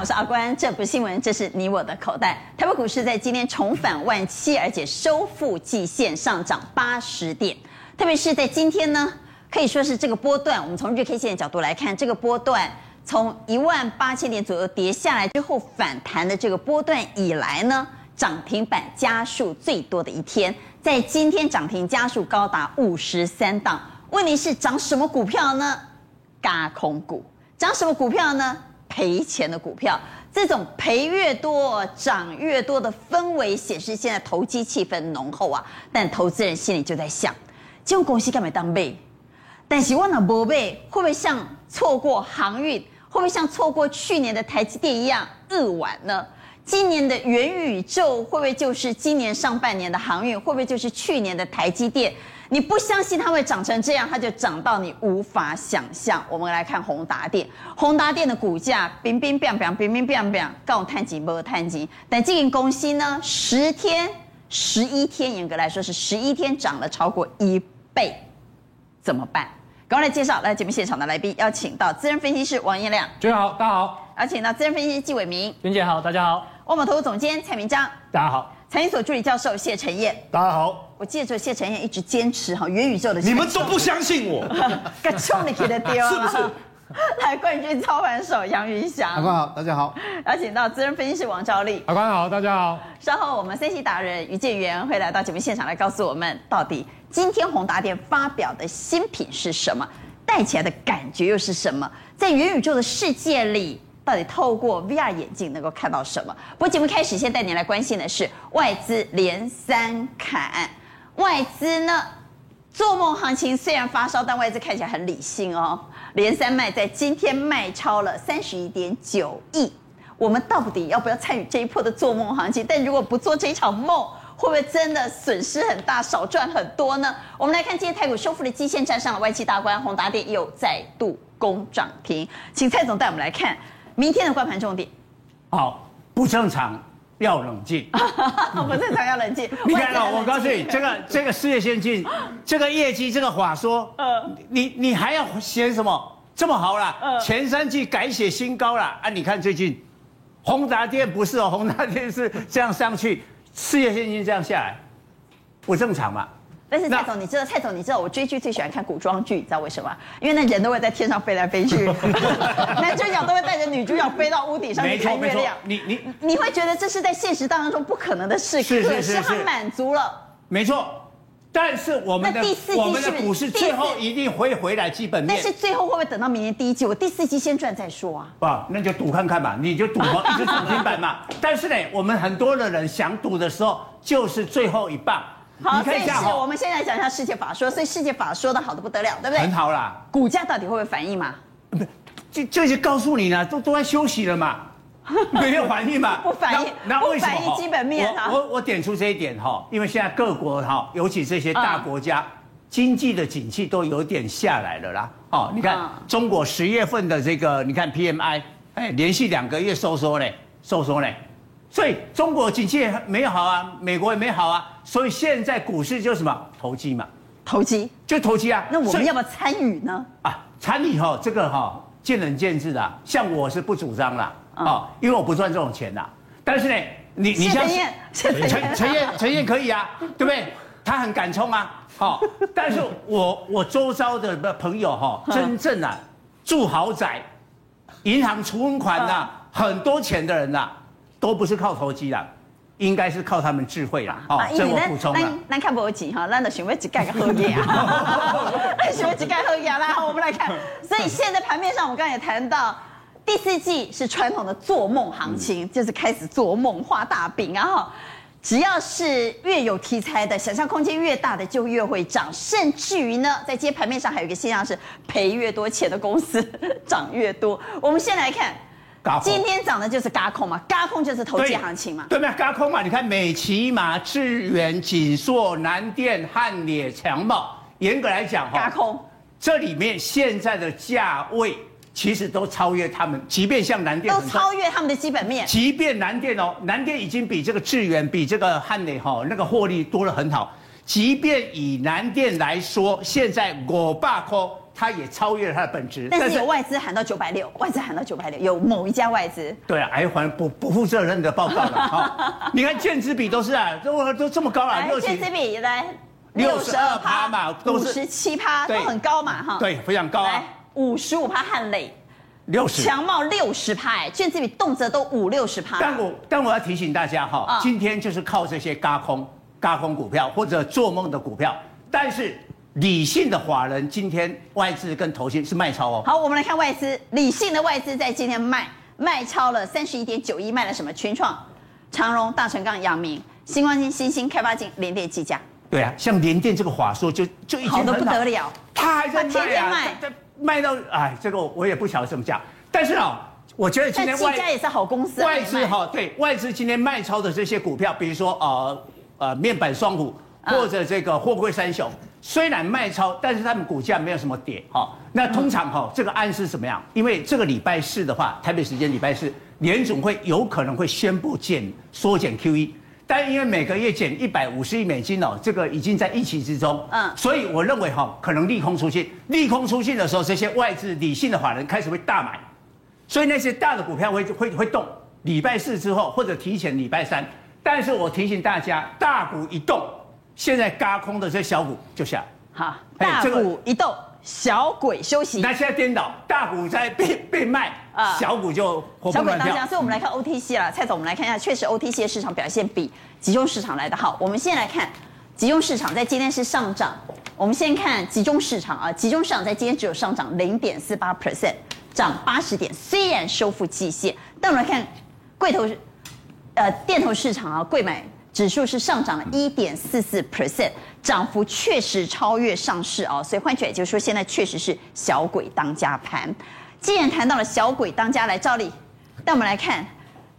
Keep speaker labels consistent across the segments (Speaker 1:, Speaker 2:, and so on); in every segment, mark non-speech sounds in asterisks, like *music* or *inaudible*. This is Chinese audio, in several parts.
Speaker 1: 我是阿关，这不是新闻，这是你我的口袋。台北股市在今天重返万七，而且收复季线，上涨八十点。特别是在今天呢，可以说是这个波段，我们从日 K 线的角度来看，这个波段从一万八千点左右跌下来之后反弹的这个波段以来呢，涨停板家数最多的一天，在今天涨停家数高达五十三档。问题是涨什么股票呢？嘎空股。涨什么股票呢？赔钱的股票。这种赔越多、涨越多的氛围，显示现在投机气氛浓厚啊。但投资人心里就在想，这种公司干嘛当背？但是我那不背，会不会像错过航运，会不会像错过去年的台积电一样扼腕呢？今年的元宇宙会不会就是今年上半年的航运？会不会就是去年的台积电？你不相信它会涨成这样，它就涨到你无法想象。我们来看宏达电，宏达电的股价冰冰冰冰冰冰冰冰，告探几波探几，但这个公司呢，十天、十一天，严格来说是十一天涨了超过一倍，怎么办？赶快来介绍来节目现场的来宾，邀请到资深分析师王彦亮，
Speaker 2: 君好，大家好，
Speaker 1: 邀请到资深分析师纪伟明。
Speaker 2: 君姐好，大家好，
Speaker 1: 万宝投资总监蔡明章，
Speaker 2: 大家好，
Speaker 1: 财经所助理教授谢晨燕。
Speaker 3: 大家好，
Speaker 1: 我记得谢晨燕一直坚持哈元宇宙的，
Speaker 3: 你们都不相信我，
Speaker 1: 敢冲 *laughs* 你给的丢，啊
Speaker 3: 是不是？
Speaker 1: *laughs* 来，冠军操盘手杨云
Speaker 4: 阿
Speaker 1: 翔，
Speaker 4: 冠好，大家好。
Speaker 1: 邀请到资深分析师王兆力。
Speaker 2: 法官好，大家好，
Speaker 1: 稍后我们分析达人于建元会来到节目现场来告诉我们，到底今天宏达电发表的新品是什么，带起来的感觉又是什么，在元宇宙的世界里。到底透过 VR 眼镜能够看到什么？不过节目开始，先带您来关心的是外资连三砍，外资呢做梦行情虽然发烧，但外资看起来很理性哦。连三卖在今天卖超了三十一点九亿，我们到底要不要参与这一波的做梦行情？但如果不做这一场梦，会不会真的损失很大，少赚很多呢？我们来看今天台股收复的基线，站上了外企大关，宏达电又再度攻涨停。请蔡总带我们来看明天的关盘重点。 *laughs*
Speaker 2: 好，不正常，要冷静。
Speaker 1: 啊我们正常要冷静，
Speaker 2: *laughs*
Speaker 1: *laughs*
Speaker 2: 你
Speaker 1: 外
Speaker 2: 看
Speaker 1: 资要
Speaker 2: 啊，
Speaker 1: 冷静
Speaker 2: 我告诉你，这个这个世界先进，这个业绩，这个法说，
Speaker 1: 嗯
Speaker 2: 你你还要写什么？这么好啦，
Speaker 1: 嗯
Speaker 2: 前三季改写新高啦。啊！你看最近，宏达电不是哦， *laughs* 宏达电是这样上去，世界先进这样下来，不正常嘛？
Speaker 1: 但是蔡
Speaker 2: 那
Speaker 1: 总，你知道蔡总，你知道我追剧最喜欢看古装剧，你知道为什么？因为那人都会在天上飞来飞
Speaker 2: *laughs*
Speaker 1: 去，男主角都会带着女主角飞到屋顶上去
Speaker 2: 没错
Speaker 1: 看
Speaker 2: 没
Speaker 1: 月
Speaker 2: 错
Speaker 1: 亮。，
Speaker 2: 你你
Speaker 1: 你会觉得这是在现实当中不可能的事，
Speaker 2: 是是
Speaker 1: 可
Speaker 2: 是
Speaker 1: 是他
Speaker 2: 是
Speaker 1: 满足了。
Speaker 2: 没错，但是我们的
Speaker 1: 那第四季
Speaker 2: 我们
Speaker 1: 是
Speaker 2: 的
Speaker 1: 不是
Speaker 2: 股市
Speaker 1: 第四
Speaker 2: 最后一定会回来基本面
Speaker 1: 但。是最后会不会等到明年第一季？我第四季先赚再说啊。
Speaker 2: 啊，那就赌看看吧，你就赌
Speaker 1: *laughs*
Speaker 2: 嘛，一直涨停板嘛。但是呢，我们很多的人想赌的时候，就是最后一棒。
Speaker 1: 好，
Speaker 2: 你
Speaker 1: 所
Speaker 2: 看
Speaker 1: 以
Speaker 2: 一
Speaker 1: 是
Speaker 2: 下哦
Speaker 1: 我
Speaker 2: 哈，
Speaker 1: 们先来讲一下世界法说，所以世界法说的好的不得了，对不
Speaker 2: 很
Speaker 1: 对？
Speaker 2: 好啦，
Speaker 1: 股价到底会不会反应嘛？
Speaker 2: 就就是告诉你呢，都都在休息了嘛，
Speaker 1: *laughs*
Speaker 2: 没有反应嘛，
Speaker 1: 不反应
Speaker 2: 那那为什么
Speaker 1: 不反应基本面啊
Speaker 2: 我我我点出这一点哈，因为现在各国哈，尤其这些
Speaker 1: 嗯
Speaker 2: 大国家。经济的景气都有点下来了啦，哦，你看、
Speaker 1: 嗯
Speaker 2: 中国十月份的这个，你看 PMI，哎，连续两个月收缩嘞，收缩嘞，所以中国景气没有好啊，美国也没好啊，所以现在股市就什么投机嘛，
Speaker 1: 投机，
Speaker 2: 就投机啊。
Speaker 1: 那我
Speaker 2: 所
Speaker 1: 们
Speaker 2: 以
Speaker 1: 要不要参与呢？
Speaker 2: 啊，产品哈、这个哈、见仁见智啦。像我是不主张啦，啊、
Speaker 1: 嗯
Speaker 2: 因为我不赚这种钱啦。但是呢，你你
Speaker 1: 谢
Speaker 2: 像
Speaker 1: 陈燕，谢陈
Speaker 2: 陈
Speaker 1: 燕，
Speaker 2: 陈燕陈燕可以啊，对不对？他很敢冲啊，好、但是我我周遭的朋友哈、
Speaker 1: 嗯
Speaker 2: 真正啊住豪宅、银行存款呐、
Speaker 1: 嗯
Speaker 2: 很多钱的人呐、都不是靠投机啦，应该是靠他们智慧啦。哦
Speaker 1: 啊，，因
Speaker 2: 这
Speaker 1: 为
Speaker 2: 我
Speaker 1: 咱
Speaker 2: 补充啦
Speaker 1: 咱。咱看无钱哈，咱就想要一盖个好嘢
Speaker 2: *laughs*
Speaker 1: 啊，咱想要一盖好嘢啦。好，我们来看，所以现在盘面上，我们刚才也谈到。第四季是传统的做梦行情，
Speaker 2: 嗯
Speaker 1: 就是开始做梦画大饼啊！哈，只要是越有题材的，想象空间越大的就越会涨，甚至于呢，在今天盘面上还有一个现象是赔越多钱的公司 *laughs* 涨越多。我们先来看
Speaker 2: 嘎，空
Speaker 1: 今天涨的就是嘎空嘛，嘎空就是投
Speaker 2: 对
Speaker 1: 机行情嘛。
Speaker 2: 对嘛，高空嘛，你看美骑马、致远、锦硕、南电、汉野、强茂，严格来讲
Speaker 1: 嘎
Speaker 2: 哈，
Speaker 1: 空，
Speaker 2: 这里面现在的价位其实都超越他们，即便像南电
Speaker 1: 都
Speaker 2: 很高
Speaker 1: 超越他们的基本面。
Speaker 2: 即便南电哦，南电已经比这个致远、比这个汉磊哈、那个获利多了很好。即便以南电来说，现在我爸扣它也超越了它的本质，
Speaker 1: 但是有外资喊到九百六，外资喊到九百六，有某一家外资，
Speaker 2: 对啊，还还不不负责任的报告了
Speaker 1: *laughs*
Speaker 2: 哈。你看卷子比都是啊，都都这么高了，
Speaker 1: 来
Speaker 2: 六
Speaker 1: 这
Speaker 2: 七
Speaker 1: 支笔也来
Speaker 2: 62趴嘛都
Speaker 1: 五
Speaker 2: 是
Speaker 1: 十七趴都
Speaker 2: 对
Speaker 1: 很高嘛哈，
Speaker 2: 对非常高啊
Speaker 1: 来五十五趴汉磊，
Speaker 2: 六十。
Speaker 1: 强茂六十趴，哎，卷子笔动辄都五六十趴，
Speaker 2: 但我但我要提醒大家哈、
Speaker 1: 嗯
Speaker 2: 今天就是靠这些嘎空、嘎空股票或者做梦的股票，但是理性的华人今天外资跟投信是卖超哦，
Speaker 1: 好，我们来看外资，理性的外资在今天卖卖超了三十一点九亿，卖了什么？群创、长荣、大成钢、阳明、星光金、新兴、开发金、联电、技嘉，
Speaker 2: 对啊，像联电这个话说就就已经
Speaker 1: 好的不
Speaker 2: 很
Speaker 1: 得了。
Speaker 2: 啊他还在卖啊，
Speaker 1: 他天天卖
Speaker 2: 他他卖到哎，这个我我也不晓得怎么讲，但是啊、我觉得今
Speaker 1: 但
Speaker 2: 天
Speaker 1: 技
Speaker 2: 外
Speaker 1: 嘉也是好公司啊，
Speaker 2: 外资
Speaker 1: 卖
Speaker 2: 哈，对外资今天卖超的这些股票，比如说呃呃面板双虎
Speaker 1: 嗯
Speaker 2: 或者这个货柜三雄，虽然卖超，但是他们股价没有什么跌哈、那通常哈、这个暗示怎么样？因为这个礼拜四的话，台北时间礼拜四，联总会有可能会宣布减缩减 QE。但因为每个月减一百五十亿美金哦，这个已经在预期之中，
Speaker 1: 嗯
Speaker 2: 嗯，所以我认为哈、可能利空出现，利空出现的时候，这些外资理性的法人开始会大买，所以那些大的股票会会会动，礼拜四之后或者提前礼拜三。但是我提醒大家，大股一动，现在嘎空的这小股就下来。
Speaker 1: 好，
Speaker 2: 哎
Speaker 1: 大
Speaker 2: 这个
Speaker 1: 股一动，小鬼休息。
Speaker 2: 那现在颠倒，大股
Speaker 1: *laughs*
Speaker 2: 在被被卖
Speaker 1: 啊，
Speaker 2: 小股就活
Speaker 1: 小鬼
Speaker 2: 蹦乱
Speaker 1: 当家，
Speaker 2: 跳。
Speaker 1: 所以我们来看 OTC 啦。蔡总，我们来看一下，确实 OTC 的市场表现比集中市场来的好。我们先来看集中市场在今天是上涨，我们先看集中市场啊，集中市场在今天只有上涨零点四八 percent，涨八十点，虽然收复季线，但我们来看贵头呃电投市场啊，贵买指数是上涨了
Speaker 3: 嗯
Speaker 1: 一点四四 percent，涨幅确实超越上市啊，所以换句话也就是说，现在确实是小鬼当家盘。既然谈到了小鬼当家，来照例，带我们来看。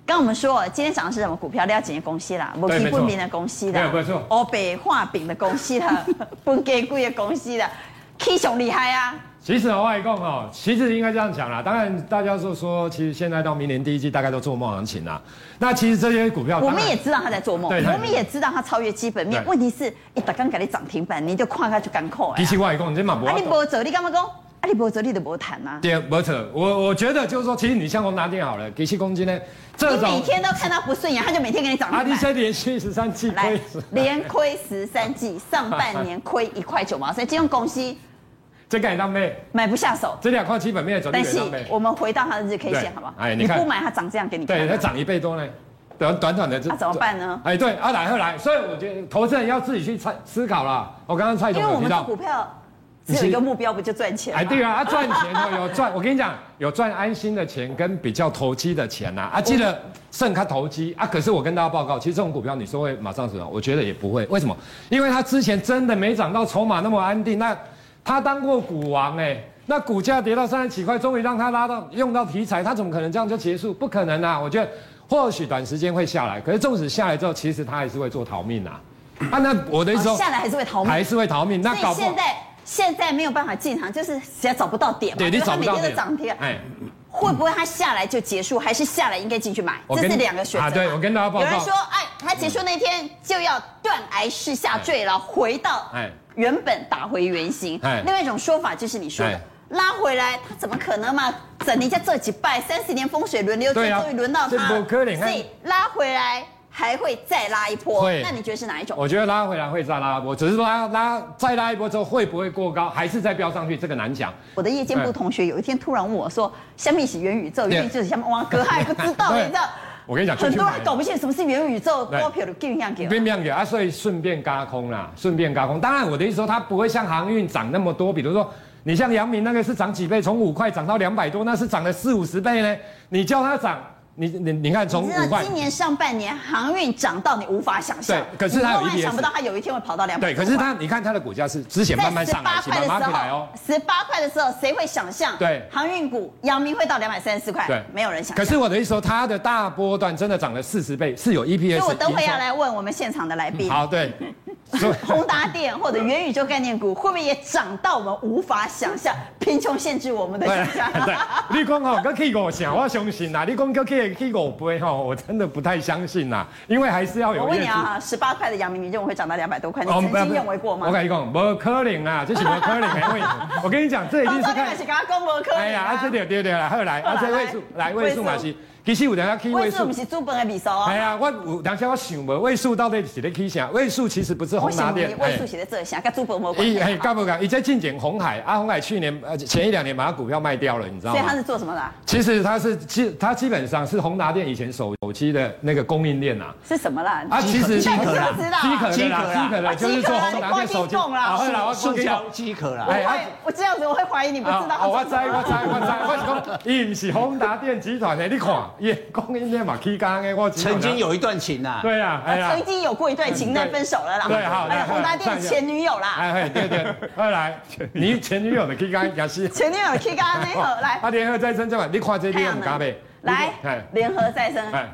Speaker 1: 刚刚我们说啊今天涨的是什么股票？廖姐的公司啦，某
Speaker 3: 对
Speaker 1: 基
Speaker 3: 没错
Speaker 1: 本名的公司啦，
Speaker 3: 对没错
Speaker 1: 哦，北化饼的公司
Speaker 3: *laughs*
Speaker 1: 啦，本给贵的公司啦，K 熊厉害啊！
Speaker 3: 其实哦，外公哦，其实应该这样讲啦。当然，大家就说，其实现在到明年第一季大概都做梦行情啦。那其实这些股票，
Speaker 1: 我们
Speaker 3: 啊当然
Speaker 1: 也知道他在做梦，
Speaker 3: 对他
Speaker 1: 我们也知道他超越基本面。
Speaker 3: 对
Speaker 1: 问题是，一打刚给你涨停板，你就看他就干扣哎
Speaker 3: 比。起外公，这嘛不
Speaker 1: 啊，你
Speaker 3: 要
Speaker 1: 无做，你干嘛讲？啊，你无做，你就无谈啊。
Speaker 3: 对，没错，我我觉得就是说，其实你像宏达电好了，给七公斤呢，这
Speaker 1: 你
Speaker 3: 种啊
Speaker 1: 每天都看他不顺眼，他就每天给你涨
Speaker 3: 阿
Speaker 1: 停
Speaker 3: 迪
Speaker 1: 板。
Speaker 3: 生连续十三季亏
Speaker 1: 来
Speaker 3: *laughs* 损，，
Speaker 1: 连亏十三季，上半年亏一块九毛三，金融公司
Speaker 3: 这敢当妹，
Speaker 1: 买不下手。
Speaker 3: 啊这两块基本面的走
Speaker 1: 但
Speaker 3: 力
Speaker 1: 是
Speaker 3: 当妹，
Speaker 1: 我们回到它的日 K 线，
Speaker 3: 对
Speaker 1: 好不好？
Speaker 3: 哎
Speaker 1: 你
Speaker 3: 你看
Speaker 1: 不买它涨这样给你看
Speaker 3: 对，它
Speaker 1: 啊，
Speaker 3: 涨一倍多呢，短短短的这
Speaker 1: 那怎么办呢？
Speaker 3: 哎，对，阿来后来，所以我觉得投资人要自己去猜思考啦。我刚刚蔡
Speaker 1: 因
Speaker 3: 总
Speaker 1: 为我
Speaker 3: 有提
Speaker 1: 们做
Speaker 3: 到
Speaker 1: 股，票只有一个目标，不就赚钱吗？
Speaker 3: 哎，对啊，啊赚钱哦，有赚，我跟你讲，有赚安心的钱跟比较投机的钱呐、啊，记得剩他投机啊。可是我跟大家报告，其实这种股票你说会马上死亡，我觉得也不会，为什么？因为它之前真的没涨到筹码那么安定，那他当过股王哎、那股价跌到三十几块，终于让他拉到用到题材，他怎么可能这样就结束？不可能啊！我觉得或许短时间会下来，可是纵使下来之后，其实他还是会做逃命啊。啊，那我的意思
Speaker 1: 哦
Speaker 3: 说，
Speaker 1: 下来还是会逃命。
Speaker 3: 还是会逃命，那
Speaker 1: 所
Speaker 3: 哎搞
Speaker 1: 以
Speaker 3: 不好
Speaker 1: 现。在现在没有办法进场，就是实在找不到点嘛。
Speaker 3: 对，你
Speaker 1: 因为它
Speaker 3: 找不到
Speaker 1: 每天
Speaker 3: 点
Speaker 1: 都涨停，啊
Speaker 3: 哎，
Speaker 1: 会不会它下来就结束，还是下来应该进去买？
Speaker 3: 我
Speaker 1: 这
Speaker 3: 跟
Speaker 1: 是两个选择嘛。
Speaker 3: 啊对我跟大家报告
Speaker 1: 有人说，哎，它结束那天就要断崖式下坠了，回到
Speaker 3: 哎
Speaker 1: 原本打回原形。
Speaker 3: 哎
Speaker 1: 另外一种说法就是你说的
Speaker 3: 哎。
Speaker 1: 拉回来，它怎么可能嘛？整人家这几拜三十年风水轮流
Speaker 3: 对
Speaker 1: 转，
Speaker 3: 啊
Speaker 1: 终于轮到
Speaker 3: 这
Speaker 1: 它，
Speaker 3: 不可能啊
Speaker 1: 所以拉回来还会再拉一波。
Speaker 3: 会
Speaker 1: 那你觉得是哪一种？
Speaker 3: 我觉得拉回来会再拉一波，只是拉拉再拉一波之后会不会过高，还是再飙上去，这个难讲。
Speaker 1: 我的夜
Speaker 3: 哎
Speaker 1: 间部同学有一天突然问我说：“虾米是元宇宙？
Speaker 3: 对
Speaker 1: 元宇宙是什么？”哇，哥还不知道，
Speaker 3: 对
Speaker 1: 你知道？
Speaker 3: 我跟你讲
Speaker 1: 很多
Speaker 3: 就去
Speaker 1: 人
Speaker 3: 买
Speaker 1: 搞不清楚什么是元宇宙，
Speaker 3: 对
Speaker 1: 多票的给样给我。
Speaker 3: 变变给啊，所以顺便嘎空啦，顺便嘎空。当然我的意思说，它不会像航运涨那么多，比如说你像阳明那个是涨几倍，从五块涨到两百多，那是涨了四五十倍呢。你叫它涨，你你你看从
Speaker 1: 你
Speaker 3: 五
Speaker 1: 知道
Speaker 3: 块
Speaker 1: 今。年上半年航运涨到你无法想象，
Speaker 3: 对可是它有
Speaker 1: 你万万
Speaker 3: EPS
Speaker 1: 想不到它有一天会跑到两百
Speaker 3: 对，
Speaker 1: 多块。
Speaker 3: 可是它，你看它的股价是之前慢
Speaker 1: 在
Speaker 3: 慢
Speaker 1: 十
Speaker 3: 上来，
Speaker 1: 八
Speaker 3: 起
Speaker 1: 块
Speaker 3: 码
Speaker 1: 的
Speaker 3: 拉
Speaker 1: 时
Speaker 3: 回来哦
Speaker 1: 候。，十八块的时候谁会想象？
Speaker 3: 对
Speaker 1: 航运股阳明会到两百三十块，
Speaker 3: 对
Speaker 1: *laughs* 没有人想象。
Speaker 3: 可是我的意思说，它的大波段真的涨了四十倍，是有 E EPS。
Speaker 1: 所以我等会要来问我们现场的来宾。
Speaker 3: 好，对，所以
Speaker 1: 宏达电或者元宇宙概念股会不会也涨到我们无法想象？贫穷限制我
Speaker 3: *laughs*
Speaker 1: 们的想象。
Speaker 3: 对，你讲吼，佮去五成，我相信啦。你讲佮去去五杯吼，我真的不太相信啦，因为还是要
Speaker 1: 我
Speaker 3: 有
Speaker 1: 问
Speaker 3: 业
Speaker 1: 你
Speaker 3: 绩。
Speaker 1: 啊，十八块的阳明，你认为会涨到两百多块？你
Speaker 3: 哦
Speaker 1: 曾
Speaker 3: 不
Speaker 1: 经
Speaker 3: 不
Speaker 1: 认为过吗
Speaker 3: 我？跟你讲，无可能啦，这是无可能
Speaker 1: *laughs*
Speaker 3: 的。因为我跟你讲，这一定
Speaker 1: 哦当
Speaker 3: 是
Speaker 1: 初
Speaker 3: 看
Speaker 1: 开始。跟他公博科，
Speaker 3: 哎呀，啊，这对对对啦，后来啊，这位数来位数嘛是，其实有人要去
Speaker 1: 位
Speaker 3: 位
Speaker 1: 数
Speaker 3: 数
Speaker 1: 不。是资本的比数啊
Speaker 3: 哎。呀，我有当时我想无，位数到底是咧去啥？位数其实不是
Speaker 1: 我
Speaker 3: 宏达
Speaker 1: 想
Speaker 3: 电
Speaker 1: 你，位数写在这下，跟资本没关
Speaker 3: 伊
Speaker 1: 系啊
Speaker 3: 哎，干不干？伊在进检红海，啊，红海去年呃前一两年把它股票卖掉了，你知道
Speaker 1: 所以他
Speaker 3: 吗？
Speaker 1: 是做什么的啊？
Speaker 3: 其实它是基，它基本上是宏达电以前手手机的那个供应链呐、
Speaker 1: 是什么啦？
Speaker 3: 啊，其实
Speaker 1: 你到底知
Speaker 2: 饥渴啦
Speaker 1: 不知道？
Speaker 3: 饥渴
Speaker 2: 饥
Speaker 3: 的
Speaker 2: 渴啦
Speaker 3: 啦，饥渴
Speaker 1: 啊
Speaker 3: 的，就是做宏达电手
Speaker 1: 饥
Speaker 3: 机。
Speaker 1: 渴啦你看
Speaker 3: 啊，后来我
Speaker 2: 塑
Speaker 3: 跟你
Speaker 2: 胶
Speaker 3: 讲，
Speaker 2: 饥渴啦。
Speaker 3: 哎
Speaker 1: 我会
Speaker 3: 啊，
Speaker 1: 我这样子我会怀疑你不知道
Speaker 3: 啊，
Speaker 1: 他
Speaker 3: 啊我
Speaker 1: 做
Speaker 3: 知
Speaker 1: 什么。
Speaker 3: 我知我知，我讲伊毋是宏达电集团的，你看，伊的供应链嘛起工的，我知道
Speaker 2: 曾经。有一段情呐、
Speaker 3: 对啊，哎呀
Speaker 1: 曾。经有过一段情，但分手了啦。
Speaker 3: 对好
Speaker 1: 哎呀
Speaker 3: 来
Speaker 1: 宏达电
Speaker 3: 上一个
Speaker 1: 前女友啦，
Speaker 3: 哎，哎对对，后
Speaker 1: *laughs*
Speaker 3: 来你前女友的起工也是。
Speaker 1: 前女友 K 刚刚那盒来
Speaker 3: 啊，联合再生这款，你看这你
Speaker 1: 太
Speaker 3: 也
Speaker 1: 阳
Speaker 3: 唔敢
Speaker 1: 能
Speaker 3: 呗？，
Speaker 1: 来
Speaker 3: 哎
Speaker 1: 联合再生，
Speaker 3: 哎，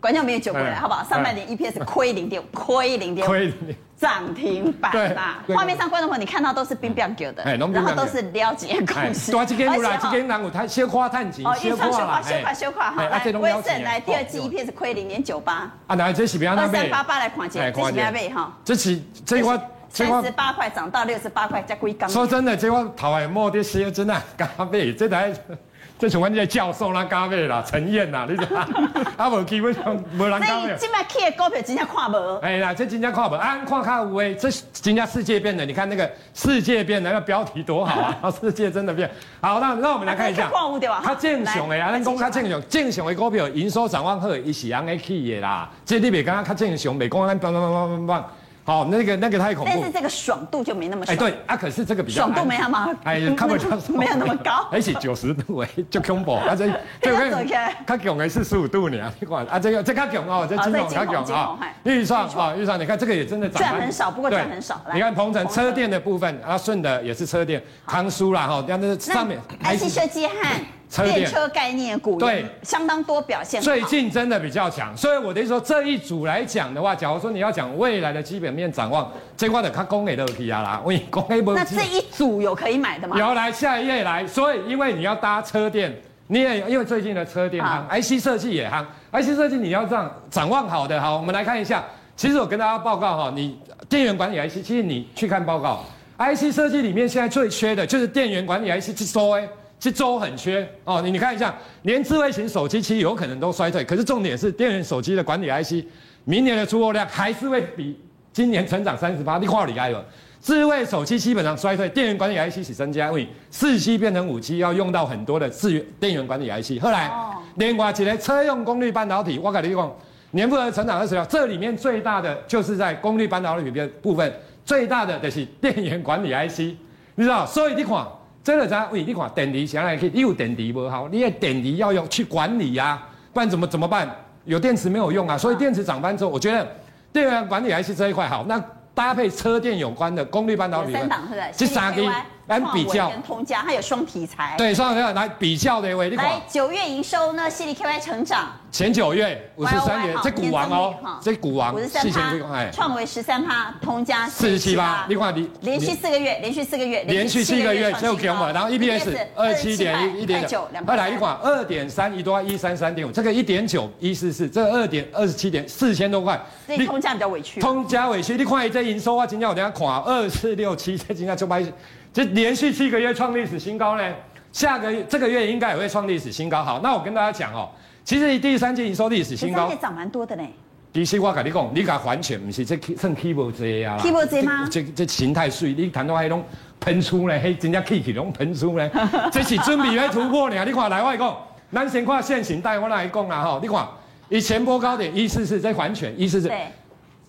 Speaker 1: 管教没有九回来，
Speaker 3: 哎
Speaker 1: 好不好？上半年 EPS 亏零点，亏零点，
Speaker 3: 亏你。
Speaker 1: 涨停板啦。
Speaker 3: 对对
Speaker 1: 画面上观众朋友，你看到都是冰冰球的，
Speaker 3: 哎拢
Speaker 1: 然后
Speaker 3: 冰冰球
Speaker 1: 都是了解的
Speaker 3: 哎
Speaker 1: 公司，
Speaker 3: 大一间有啦，
Speaker 1: 而且
Speaker 3: 一
Speaker 1: 哦
Speaker 3: 间人有太小花探钱
Speaker 1: 哦，，预
Speaker 3: 小
Speaker 1: 测修
Speaker 3: 啦
Speaker 1: 垮，，修垮，修垮哈！
Speaker 3: 哎啊，
Speaker 1: 来
Speaker 3: 这，拢
Speaker 1: 威
Speaker 3: 了
Speaker 1: 盛
Speaker 3: 钱。
Speaker 1: 来第二季 EPS 亏零点九八，
Speaker 3: 哦啊，那这是不要
Speaker 1: 二
Speaker 3: 那
Speaker 1: 三
Speaker 3: 倍，
Speaker 1: 八八来看一下，
Speaker 3: 哎
Speaker 1: 这是
Speaker 3: 看一
Speaker 1: 咩
Speaker 3: 下
Speaker 1: 倍哈？
Speaker 3: 这是这我这
Speaker 1: 三
Speaker 3: 我
Speaker 1: 十八块涨到六十八块，加几工？
Speaker 3: 说真的，这我头的摸的些真的加倍，这台 *laughs* 这像阮这教授啦加倍啦，陈燕啦，你知道？ *laughs* 啊，无基本上无人加
Speaker 1: 所以
Speaker 3: 倍。
Speaker 1: 即摆起的股票真正看无，
Speaker 3: 哎呀，这真正看不，啊，看看有诶，这真正世界变了。你看那个世界变了，那标题多好啊！世界真的变好。那那我们来看一下，
Speaker 1: 看有对吧？
Speaker 3: 较正常的啊，咱讲较正常，正常的股票营收展望好，伊是安尼起的啦。这你袂讲较正常，袂讲咱砰砰砰砰砰砰，好，那个那个太恐
Speaker 1: 但
Speaker 3: 怖
Speaker 1: 是。这个爽度就没那么
Speaker 3: 哎，
Speaker 1: 爽，
Speaker 3: 对啊，可是这个比较
Speaker 1: 爽度没那么 *laughs*
Speaker 3: 哎，看不到，
Speaker 1: 没有那么高。
Speaker 3: 而且九十度哎，就恐怖
Speaker 1: *laughs*
Speaker 3: 啊！这这
Speaker 1: 这样走起来
Speaker 3: 较强的是十五度呢，你看啊，这个这较强哦，这
Speaker 1: 好
Speaker 3: 金
Speaker 1: 这
Speaker 3: 融较
Speaker 1: 金融
Speaker 3: 强
Speaker 1: 金融
Speaker 3: 啊
Speaker 1: 嗨，
Speaker 3: 预算啊，预算，你看这个也真的涨
Speaker 1: 赚
Speaker 3: 蛮
Speaker 1: 很少不过赚
Speaker 3: 对
Speaker 1: 很少来
Speaker 3: 你看鹏程
Speaker 1: 鹏程
Speaker 3: 车电的部分啊，顺的也是车电，康舒啦哈，但是
Speaker 1: 那
Speaker 3: 上面
Speaker 1: IC 设计和
Speaker 3: 车电
Speaker 1: 电车概念股
Speaker 3: 对
Speaker 1: 相当多表现好，
Speaker 3: 最近真的比较强，所以我的意思说，这一组来讲的话，假如说你要讲未来的基本面展望，这块的它供给乐皮啊啦，我供给不
Speaker 1: 那这一组有可以买的吗？
Speaker 3: 有来下一页来，所以因为你要搭车店，你也因为最近的车店行
Speaker 1: 好
Speaker 3: ，IC 设计也行，IC 设计你要这样展望好的好，我们来看一下。其实我跟大家报告哈，你电源管理 IC，其实你去看报告，IC 设计里面现在最缺的就是电源管理 IC 这周哎，这周很缺哦。你你看一下，连智慧型手机其实有可能都衰退，可是重点是电源手机的管理 IC，明年的出货量还是会比今年成长三十八，你看你该有。哦智慧手机基本上衰退，电源管理 IC 是增加，因为四 G 变成五 G 要用到很多的资源电源管理 IC。后来
Speaker 1: 哦
Speaker 3: 另外几个车用功率半导体，我跟你讲，年复合成长二十六，这里面最大的就是在功率半导体的部分，最大的就是电源管理 IC，你知道？所以你看，真的咱喂，你看电池现在可以，你有电池不好，你的电池要用去管理呀、不然怎么怎么办？有电池没有用啊，所以电池涨翻之后，我觉得电源啊管理 IC 这一块好，那搭配车电有关的功率半导
Speaker 1: 有
Speaker 3: 体的，
Speaker 1: 三档是不是？
Speaker 3: 这三个
Speaker 1: CDKY
Speaker 3: 来比
Speaker 1: 创
Speaker 3: 较
Speaker 1: 维，跟通家，它有双题材。
Speaker 3: 对，上来来比较的，喂，你看
Speaker 1: 来，九月营收呢，系列 KY 成长
Speaker 3: 前九月五十三
Speaker 1: YOY
Speaker 3: 元
Speaker 1: 哈，
Speaker 3: 这股王
Speaker 1: 年增率哈
Speaker 3: 哦，这股王
Speaker 1: 五十三
Speaker 3: 这个
Speaker 1: 趴，创维十三趴，通家
Speaker 3: 哎四十七趴，你看你
Speaker 1: 连续
Speaker 3: 你
Speaker 1: 四个月，连续四个月，
Speaker 3: 连续七个月就给我们，然后 EPS 二七点一一点
Speaker 1: 九
Speaker 3: 九，，
Speaker 1: 2.9
Speaker 3: 后来一款二点三一多一三三点五，这个一点九一四四，这二点二十七点四千多块，
Speaker 1: 所以通家比较委屈。
Speaker 3: 通家委屈，你看这营收啊，今天我等下看二四六七，这今天就拍，这连续七个月创历史新高呢。下个月这个月应该也会创历史新高。好，那我跟大家讲哦，其实第三季营收历史新高
Speaker 1: 也，涨蛮多的呢，
Speaker 3: 其实我跟你讲，你甲还钱，不是这起算起无济啊啦。
Speaker 1: 起无济吗
Speaker 3: 这这形态水，你谈到迄拢喷出咧，迄真正气气拢喷出 *laughs* 咧。这是准备要突破呢。你看来我跟你讲，咱先看现形态，我来讲啊吼。你看，以前波高点一四四，再还权一四四，
Speaker 1: 对，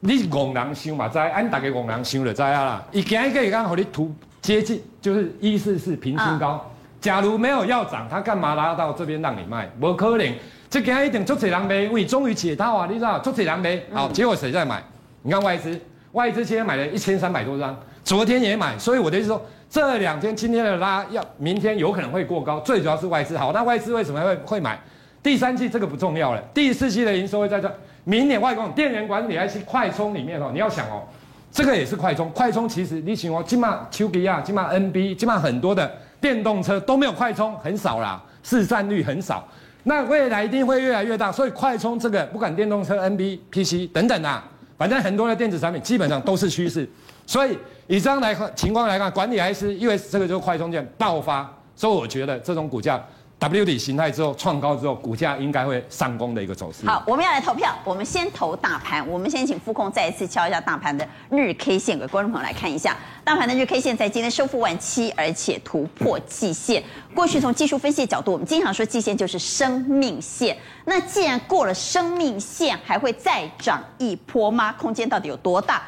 Speaker 3: 你戆人想嘛知，按大家戆人想就知啊啦。伊今日个刚好你突接近，就是一四四平新高。假如没有要涨，他干嘛拉到这边让你卖？不可能，这今天一定足多人卖，因为终于解套啊，你知道？足多人卖，好、结果谁在买？你看外资，外资今天买了一千三百多张，昨天也买，所以我的意思说，这两天今天的拉要，明天有可能会过高，最主要是外资。好，那外资为什么会会买？第三季这个不重要了，第四季的营收会在这，明年外公电源管理 IC 快充里面哦，你要想哦，这个也是快充，快充其实你请我今嘛丘比亚、今嘛 NB、今嘛很多的电动车都没有快充，很少啦，市占率很少。那未来一定会越来越大，所以快充这个不管电动车、NB、PC 等等啊，反正很多的电子产品基本上都是趋势。所以以这样来看情况来看，管理还是因为这个就是快充件爆发，所以我觉得这种股价 W 底形态之后创高之后，股价应该会上攻的一个走势。
Speaker 1: 好，我们要来投票，我们先投大盘。我们先请副控再一次敲一下大盘的日 K 线，给观众朋友来看一下。大盘的日 K 线在今天收复万七，而且突破季线。过去从技术分析的角度，我们经常说季线就是生命线。那既然过了生命线，还会再涨一波吗？空间到底有多大？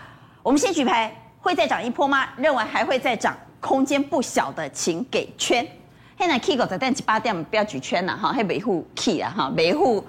Speaker 1: 我们先举牌，会再涨一波吗？认为还会再涨，空间不小的，请给圈。嘿，那 K 狗在但七八点不要举圈了哈，嘿维护 K 啊哈，维护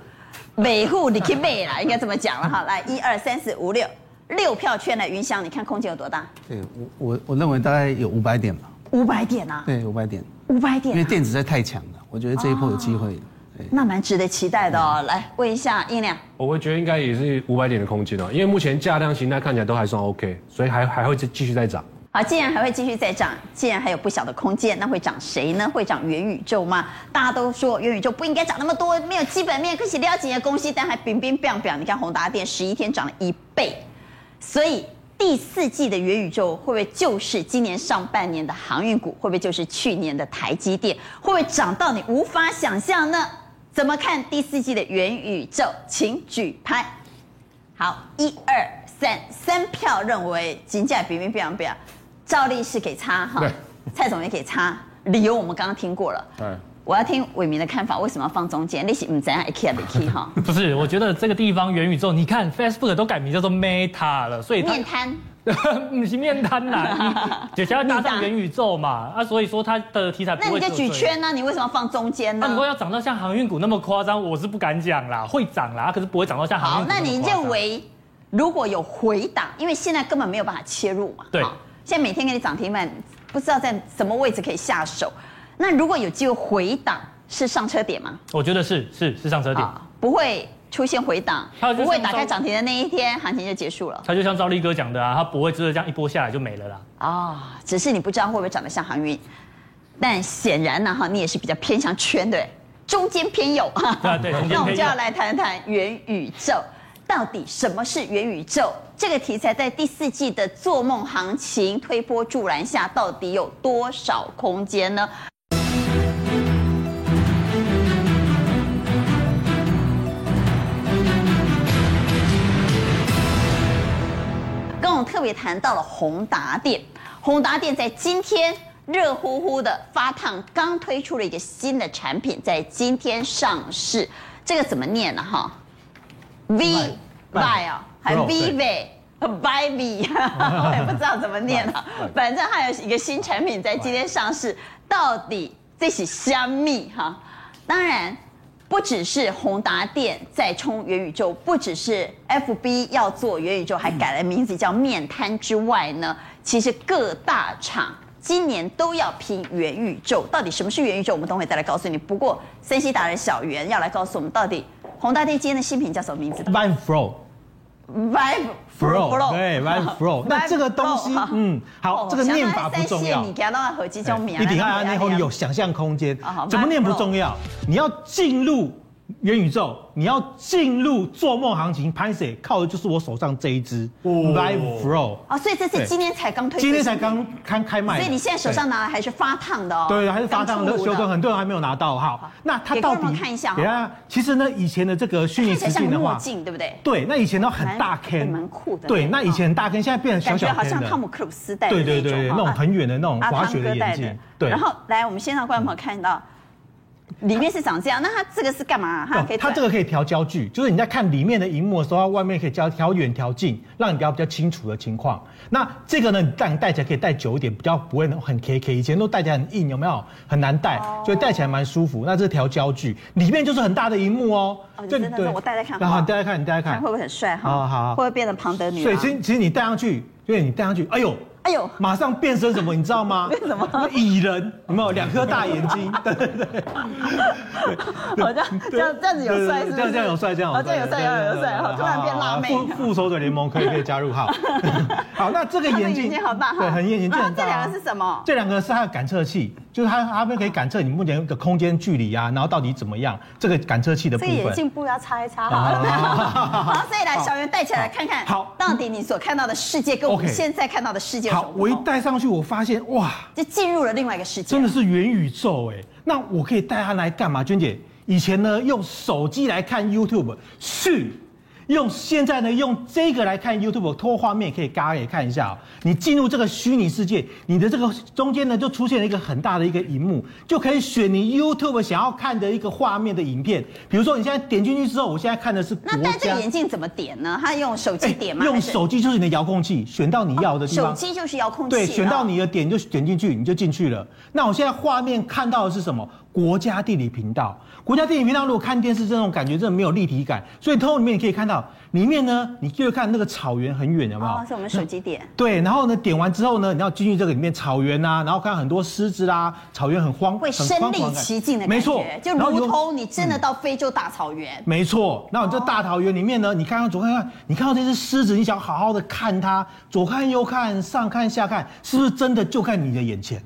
Speaker 1: 维护你 K 妹啦，应该这么讲了哈。来，一二三四五六六票圈的云翔，你看空间有多大？
Speaker 4: 对我我我认为大概有五百点吧，
Speaker 1: 五百点啊，
Speaker 4: 对，五百点，
Speaker 1: 五百
Speaker 4: 因
Speaker 1: 点、
Speaker 4: 为
Speaker 1: 啊，哦
Speaker 4: 电子在太强了，我觉得这一波有机会的。对
Speaker 1: 那蛮值得期待的哦。来问一下音亮，
Speaker 5: 我会觉得应该也是五百点的空间哦，因为目前价量形态看起来都还算 OK，所以还还会继续再涨。
Speaker 1: 好，既然还会继续再涨，既然还有不小的空间，那会涨谁呢？会涨元宇宙吗？大家都说元宇宙不应该涨那么多，没有基本面，可是了解的公司，但还冰 *laughs* 冰冰冰。你看宏达电十一天涨了一倍，所以第四季的元宇宙会不会就是今年上半年的航运股？会不会就是去年的台积电？会不会涨到你无法想象呢？怎么看第四季的元宇宙？请举牌。好，一二三，三票认为金价比比比比，照例是给差哈
Speaker 3: 对，
Speaker 1: 蔡总也给差，理由我们刚刚听过了。
Speaker 3: 对。
Speaker 1: 我要听伟民的看法，为什么要放中间？你是唔知道 K 啊 K
Speaker 6: *laughs*
Speaker 1: 哈？
Speaker 6: 不是，我觉得这个地方元宇宙，你看 Facebook 都改名叫做 Meta 了，所以它 *laughs*
Speaker 1: 面瘫，
Speaker 6: 不是面瘫
Speaker 1: *laughs*
Speaker 6: 啦，就想要搭上元宇宙嘛，啊，所以说它的题材不
Speaker 1: 那你
Speaker 6: 会
Speaker 1: 就举
Speaker 6: 纯粹。
Speaker 1: 圈呢、啊你为什么要放中间
Speaker 6: 那如果
Speaker 1: 呢？
Speaker 6: 要涨到像航运股那么夸张，我是不敢讲啦，会涨啦，可是不会涨到像航
Speaker 1: 好
Speaker 6: 运，股
Speaker 1: 那
Speaker 6: 么
Speaker 1: 你
Speaker 6: 夸张
Speaker 1: 认为如果有回档，因为现在根本没有办法切入嘛，
Speaker 6: 对
Speaker 1: 哈现在每天给你涨停板，不知道在什么位置可以下手。那如果有机会回档，是上车点吗？
Speaker 6: 我觉得是是是上车点，
Speaker 1: 啊，不会出现回档，
Speaker 6: 它就
Speaker 1: 不会
Speaker 6: 像
Speaker 1: 打开
Speaker 6: 中
Speaker 1: 涨停的那一天，行情就结束了
Speaker 6: 它就像赵力哥讲的啊，它不会就是这样一波下来就没了啦。
Speaker 1: 啊、只是你不知道会不会涨得像航运，但显然呢、哈，你也是比较偏向圈对，中间偏右。
Speaker 6: 啊对中间偏右
Speaker 1: 那我们就要来谈谈元宇宙，到底什么是元宇宙？这个题材在第四季的做梦行情推波助澜下，到底有多少空间呢？刚刚我们特别谈到了宏达电，宏达电在今天热乎乎的发烫，刚推出了一个新的产品，在今天上市，这个怎么念呢？哈，V v i 啊，还
Speaker 5: Pro，对
Speaker 1: Vive。Baby，我也不知道怎么念了，反正还有一个新产品在今天上市，到底这是香蜜哈？当然，不只是宏达电在冲元宇宙，不只是 FB 要做元宇宙，还改了名字叫面瘫之外呢，其实各大厂今年都要拼元宇宙。到底什么是元宇宙，我们等会再来告诉你。不过，森西达人小袁要来告诉我们，到底宏达电今天的新品叫什么名字
Speaker 7: v i n Pro。
Speaker 1: ？Vive *laughs*
Speaker 7: Pro 对 v i n Pro，那这个东西，嗯，
Speaker 1: 哦
Speaker 7: 好，这个念法不重要
Speaker 1: 你。给他弄合计叫名，
Speaker 7: 你顶下那后有想象空间
Speaker 1: 啊好，
Speaker 7: 怎么念
Speaker 1: Vive
Speaker 7: 不
Speaker 1: Pro
Speaker 7: 重要，你要进入元宇宙，你要进入做梦行情，潘 Sir 靠的就是我手上这一支 v i v e Pro，
Speaker 1: 哦，所以这是今天才刚推，
Speaker 7: 今天才，
Speaker 1: *laughs*
Speaker 7: 刚刚开卖的，
Speaker 1: 所以你现在手上拿的还是发烫的哦，
Speaker 7: 对，还是发烫的
Speaker 1: 刚出炉
Speaker 7: 修根，很多人还没有拿到。好，那它
Speaker 1: 给
Speaker 7: 到
Speaker 1: 观众
Speaker 7: 底
Speaker 1: 们看一下哈
Speaker 7: 给大家，其实呢，以前的这个虚拟
Speaker 1: 看起来
Speaker 7: 实
Speaker 1: 像
Speaker 7: 境的
Speaker 1: 墨
Speaker 7: 话，
Speaker 1: 镜，对不对？
Speaker 7: 对，那以前都很
Speaker 1: 蛮
Speaker 7: 大
Speaker 1: 还
Speaker 7: K，
Speaker 1: 蛮酷的
Speaker 7: 对，
Speaker 1: 那
Speaker 7: 那
Speaker 1: 个
Speaker 7: 以前很大 K，现在变成小
Speaker 1: 感觉
Speaker 7: 小
Speaker 1: 好
Speaker 7: K
Speaker 1: 像汤姆
Speaker 7: 了。
Speaker 1: 克鲁斯戴的
Speaker 7: 对
Speaker 1: 那
Speaker 7: 对
Speaker 1: 种，
Speaker 7: 对，那种
Speaker 1: 啊
Speaker 7: 很远的那种
Speaker 1: 阿
Speaker 7: 滑
Speaker 1: 汤
Speaker 7: 雪
Speaker 1: 哥
Speaker 7: 的
Speaker 1: 戴
Speaker 7: 眼
Speaker 1: 的
Speaker 7: 镜，。对
Speaker 1: 然。后来我们线上观众朋友看到，里面是长这样，那它这个是干嘛啊？它可以
Speaker 7: 它
Speaker 1: 转
Speaker 7: 哦这个可以调焦距，就是你在看里面的荧幕的时候，它外面可以调调远、调近，让你比较比较清楚的情况。那这个呢，你戴戴起来可以戴久一点，比较不会很 K K。以前都戴起来很硬，有没有？很难戴，
Speaker 1: 哦
Speaker 7: 所以戴起来蛮舒服。那这是调焦距，里面就是很大的荧幕哦
Speaker 1: 哦你。真的
Speaker 7: 对
Speaker 1: 我戴戴看好不
Speaker 7: 然
Speaker 1: 好
Speaker 7: 后你戴戴看，你戴戴
Speaker 1: 看
Speaker 7: 看
Speaker 1: 会。不会很帅哈？
Speaker 7: 哦好好好
Speaker 1: 会不会变成庞德女
Speaker 7: 所以
Speaker 1: 郎？
Speaker 7: 其实其实你戴上去，因为你戴上去，哎呦，
Speaker 1: 啊哎呦，
Speaker 7: 马上变身什么，你知
Speaker 1: *laughs*
Speaker 7: 道吗？变什么？蚁人，有没有？两颗大眼睛，对对对，
Speaker 1: 好像哦这样这样子有帅是不是？
Speaker 7: 这样这样有帅，这样有
Speaker 1: 哦这样有帅，这样有帅，好，突然变辣妹。
Speaker 7: 复复仇者联盟可以可以加
Speaker 1: *laughs*
Speaker 7: 入好，好，那这个
Speaker 1: 他们眼
Speaker 7: 眼睛
Speaker 1: 睛好大哈，
Speaker 7: 对，很眼睛
Speaker 1: 然后
Speaker 7: 很大
Speaker 1: 这
Speaker 7: 啊。
Speaker 1: 两个是什么？
Speaker 7: 这两个是它的感测器，就是它它们可以感测你目前的空间距离啊，然后到底怎么样，这个感测器的
Speaker 1: *laughs*
Speaker 7: 部
Speaker 1: 这个眼
Speaker 7: 分。啊
Speaker 1: 镜布要擦一擦好了。 *laughs* 好，所以来，小圆戴起来看看，
Speaker 7: 好
Speaker 1: 到底你所看到的世界跟我们
Speaker 7: OK
Speaker 1: 现在看到的世界有什
Speaker 7: 好
Speaker 1: 么，不
Speaker 7: 我一
Speaker 1: 同？
Speaker 7: 戴上去，我发现哇，
Speaker 1: 就进入了另外一个世界，
Speaker 7: 真的是元宇宙哎。那我可以带它来干嘛？娟姐，以前呢用手机来看 YouTube 是。用现在呢，用这个来看 YouTube 拖画面，可以大家也看一下、哦。你进入这个虚拟世界，你的这个中间呢就出现了一个很大的一个荧幕，就可以选你 YouTube 想要看的一个画面的影片。比如说你现在点进去之后，我现在看的是国
Speaker 1: 那戴这
Speaker 7: 家
Speaker 1: 个眼镜怎么点呢？他用手机点吗？
Speaker 7: 哎用
Speaker 1: 还是
Speaker 7: 手机就是你的遥控器，选到你要的地
Speaker 1: 手
Speaker 7: 方。
Speaker 1: 机就是遥控器了，啊
Speaker 7: 对，选到你的点就点进去，你就进去了。那我现在画面看到的是什么？国家地理频道。国家地理频道如果看电视，这种感觉真的没有立体感。所以透过里面你可以看到，里面呢，你就会看那个草原很远，有没有？
Speaker 1: 哦，是我们手机点。
Speaker 7: 对，然后呢，点完之后呢，你要进去这个里面草原啊，然后看很多狮子啦、草原很荒，
Speaker 1: 会
Speaker 7: 很
Speaker 1: 身
Speaker 7: 宽
Speaker 1: 临
Speaker 7: 广的
Speaker 1: 其境的感觉，
Speaker 7: 没错，
Speaker 1: 就
Speaker 7: 然后
Speaker 1: 如
Speaker 7: 有嗯
Speaker 1: 同你真的到非洲大草原。
Speaker 7: 没错，那我这大草原里面呢，你看看左看看，你看到这只狮子，你想好好的看它，左看右看，上看下看，是不是真的就看你的眼前？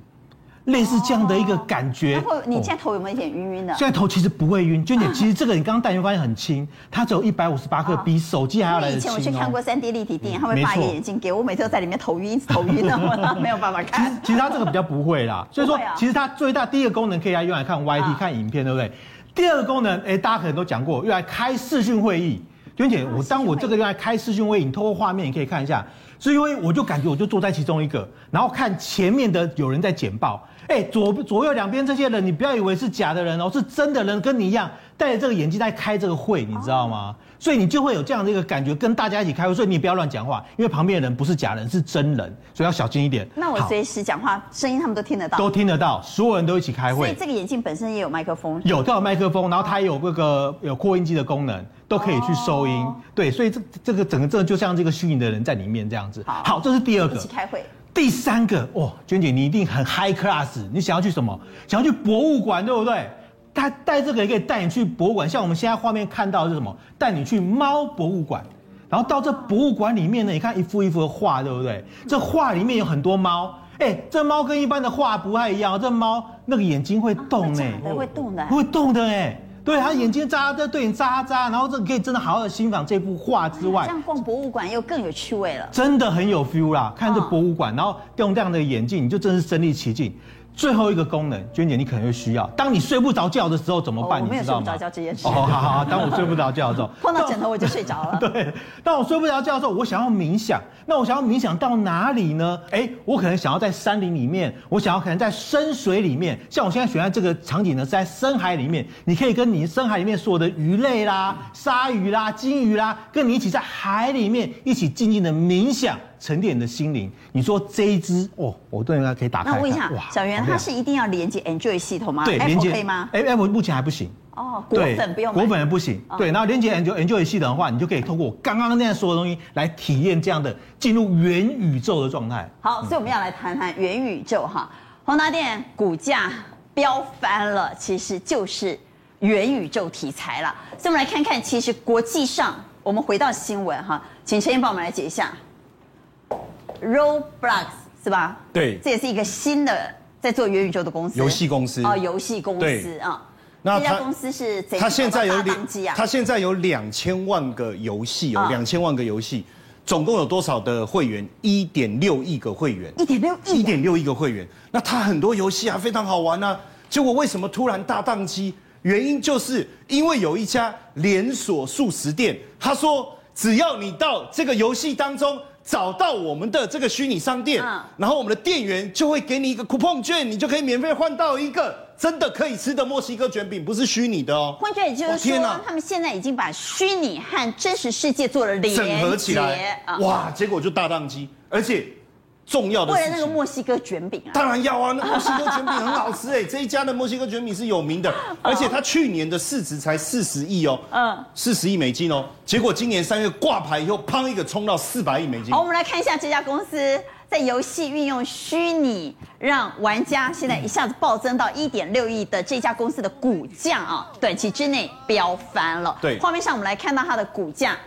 Speaker 7: 类似这样的一个感觉。
Speaker 1: 然后你
Speaker 7: 哦
Speaker 1: 现在啊头有没有一点晕晕的？
Speaker 7: 现在头其实不会晕，娟姐，其实这个你刚刚戴你会发现很轻，它只有一百五十八克，比手机还要
Speaker 1: 啊因
Speaker 7: 来
Speaker 1: 为
Speaker 7: 得
Speaker 1: 以前
Speaker 7: 轻、哦。
Speaker 1: 我去看过三 D 立体电影，他
Speaker 7: 嗯
Speaker 1: 会
Speaker 7: 没
Speaker 1: 把一个
Speaker 7: 错
Speaker 1: 眼镜给我，我每次都在里面头晕，一直头晕的，
Speaker 7: *laughs*
Speaker 1: 我没有办法 *laughs*
Speaker 7: 其实
Speaker 1: 看。
Speaker 7: 其实它这个比较不会啦，所以说
Speaker 1: 不会啊
Speaker 7: 其实它最大第一个功能可以来用来看 YT、
Speaker 1: 啊
Speaker 7: 看影片，对不对？第二个功能，哎，大家可能都讲过，用来开视讯会议。娟姐，我当我这个用来开视讯会议，你透过画面你可以看一下，所以因为我就感觉我就坐在其中一个，然后看前面的有人在简报，哎，左左右两边这些人，你不要以为是假的人哦，是真的人，跟你一样戴着这个眼镜在开这个会，你知道吗？所以你就会有这样的一个感觉，跟大家一起开会，所以你也不要乱讲话，因为旁边的人不是假人，是真人，所以要小心一点。
Speaker 1: 那我
Speaker 7: 好
Speaker 1: 随时讲话声音他们都听得到，
Speaker 7: 都听得到，所有人都一起开
Speaker 1: 所以
Speaker 7: 会，
Speaker 1: 这个眼镜本身也有麦克风。
Speaker 7: 有都有麦克风，然后它也有那个有扩音机的功能，都可以去收音。
Speaker 1: 哦
Speaker 7: 对，所以这这个整个这个就像这个虚拟的人在里面这样子。
Speaker 1: 好
Speaker 7: 好，这是第二
Speaker 1: 一
Speaker 7: 个
Speaker 1: 起。开会，
Speaker 7: 第三个，哇，娟姐你一定很 high class，你想要去什么？想要去博物馆，对不对？他带这个也可以带你去博物馆，像我们现在画面看到的是什么？带你去猫博物馆。然后到这博物馆里面呢，你看一幅一幅的画，对不对？这画里面有很多猫，哎，这猫跟一般的画不太一样，这猫那个眼睛会动呢、
Speaker 1: 会动的会动的
Speaker 7: 会动的哎、对，它眼睛眨眨，对你眨眨，然后这你可以真的好好的欣赏这幅画之
Speaker 1: 这
Speaker 7: 外，
Speaker 1: 样逛博物馆又更有趣味了。嗯
Speaker 7: 真的很有 feel 啦！看这博物馆，然后用这样的眼镜，你就真是身临其境。最后一个功能，娟姐你可能会需要，当你睡不着觉的时候怎么办？
Speaker 1: 哦我没
Speaker 7: 你
Speaker 1: 有
Speaker 7: 知道
Speaker 1: 睡不
Speaker 7: 吗
Speaker 1: 着觉这件事
Speaker 7: 哦，好好好，当我睡不着觉的时候，
Speaker 1: *laughs* 碰到枕头我就睡 *laughs* 着了。
Speaker 7: 对，当我睡不着觉的时候，我想要冥想，那我想要冥想到哪里呢？哎，我可能想要在山林里面，我想要可能在深水里面，像我现在选在这个场景呢是在深海里面，你可以跟你深海里面所有的鱼类啦、鲨鱼啦、金鱼啦，跟你一起在海里面一起静静的冥想。沉淀你的心灵，你说这一只哦，我对它可以打
Speaker 1: 那
Speaker 7: 开看。
Speaker 1: 我问一下，小圆
Speaker 7: 好
Speaker 1: 它
Speaker 7: 亮
Speaker 1: 是一定要连接 Enjoy 系统吗
Speaker 7: 对连
Speaker 1: ？Apple
Speaker 7: 接
Speaker 1: 可以吗？
Speaker 7: 哎哎，我目前还不行。
Speaker 1: 哦，果
Speaker 7: 对，
Speaker 1: 粉不用买，啊
Speaker 7: 果粉也不行。对，然后连接 Enjoy Enjoy 系统的话，你就可以透过我刚刚那样所有东西来体验这样的进入元宇宙的状态。
Speaker 1: 好，所以我们要来谈谈元宇宙哈。宏达电股价飙翻了，其实就是元宇宙题材了。所以我们来看看，其实国际上，我们回到新闻哈，请陈燕帮我们来解一下，Roblox 是吧？
Speaker 8: 对
Speaker 1: 这也是一个新的在做元宇宙的公司，
Speaker 8: 游戏公司
Speaker 1: 哦，游戏公司
Speaker 8: 对
Speaker 1: 啊。
Speaker 8: 那
Speaker 1: 这家
Speaker 8: 它
Speaker 1: 公司是怎样
Speaker 8: 它现在有
Speaker 1: 找到大商机啊？
Speaker 8: 它现在有两千万个游戏哦
Speaker 1: 啊，
Speaker 8: 两千万个游戏，总共有多少的会员？一点六亿个会员，
Speaker 1: 1.6亿啊
Speaker 8: 一点六亿个会员。那它很多游戏啊，非常好玩啊。结果为什么突然大宕机？原因就是因为有一家连锁素食店，他说只要你到这个游戏当中。找到我们的这个虚拟商店，
Speaker 1: 嗯
Speaker 8: 然后我们的店员就会给你一个 coupon 券，你就可以免费换到一个真的可以吃的墨西哥卷饼，不是虚拟的哦。
Speaker 1: 换句话也就
Speaker 8: 哦
Speaker 1: 是
Speaker 8: 天
Speaker 1: 说
Speaker 8: 哪，
Speaker 1: 他们现在已经把虚拟和真实世界做了连接
Speaker 8: 整合起来
Speaker 1: 啊，
Speaker 8: 哇，结果就大宕机，而且重要的
Speaker 1: 为
Speaker 8: 事
Speaker 1: 了
Speaker 8: 情
Speaker 1: 那个墨西哥卷饼啊，
Speaker 8: 当然要啊，那墨西哥卷饼很好吃哎， *laughs* 嗯这一家的墨西哥卷饼是有 *laughs* 名的，而且它去年的市值才四十亿哦，
Speaker 1: 嗯
Speaker 8: 嗯，四十亿美金哦，结果今年三月挂牌以后，砰一个冲到四百亿美金
Speaker 1: 好，我，们来看一下这家公司在游戏运用虚拟，让玩家现在一下子暴增到一点六亿的这家公司的股价啊，短期之内飙翻了。
Speaker 8: 对
Speaker 1: 画面上我们来看到它的股价，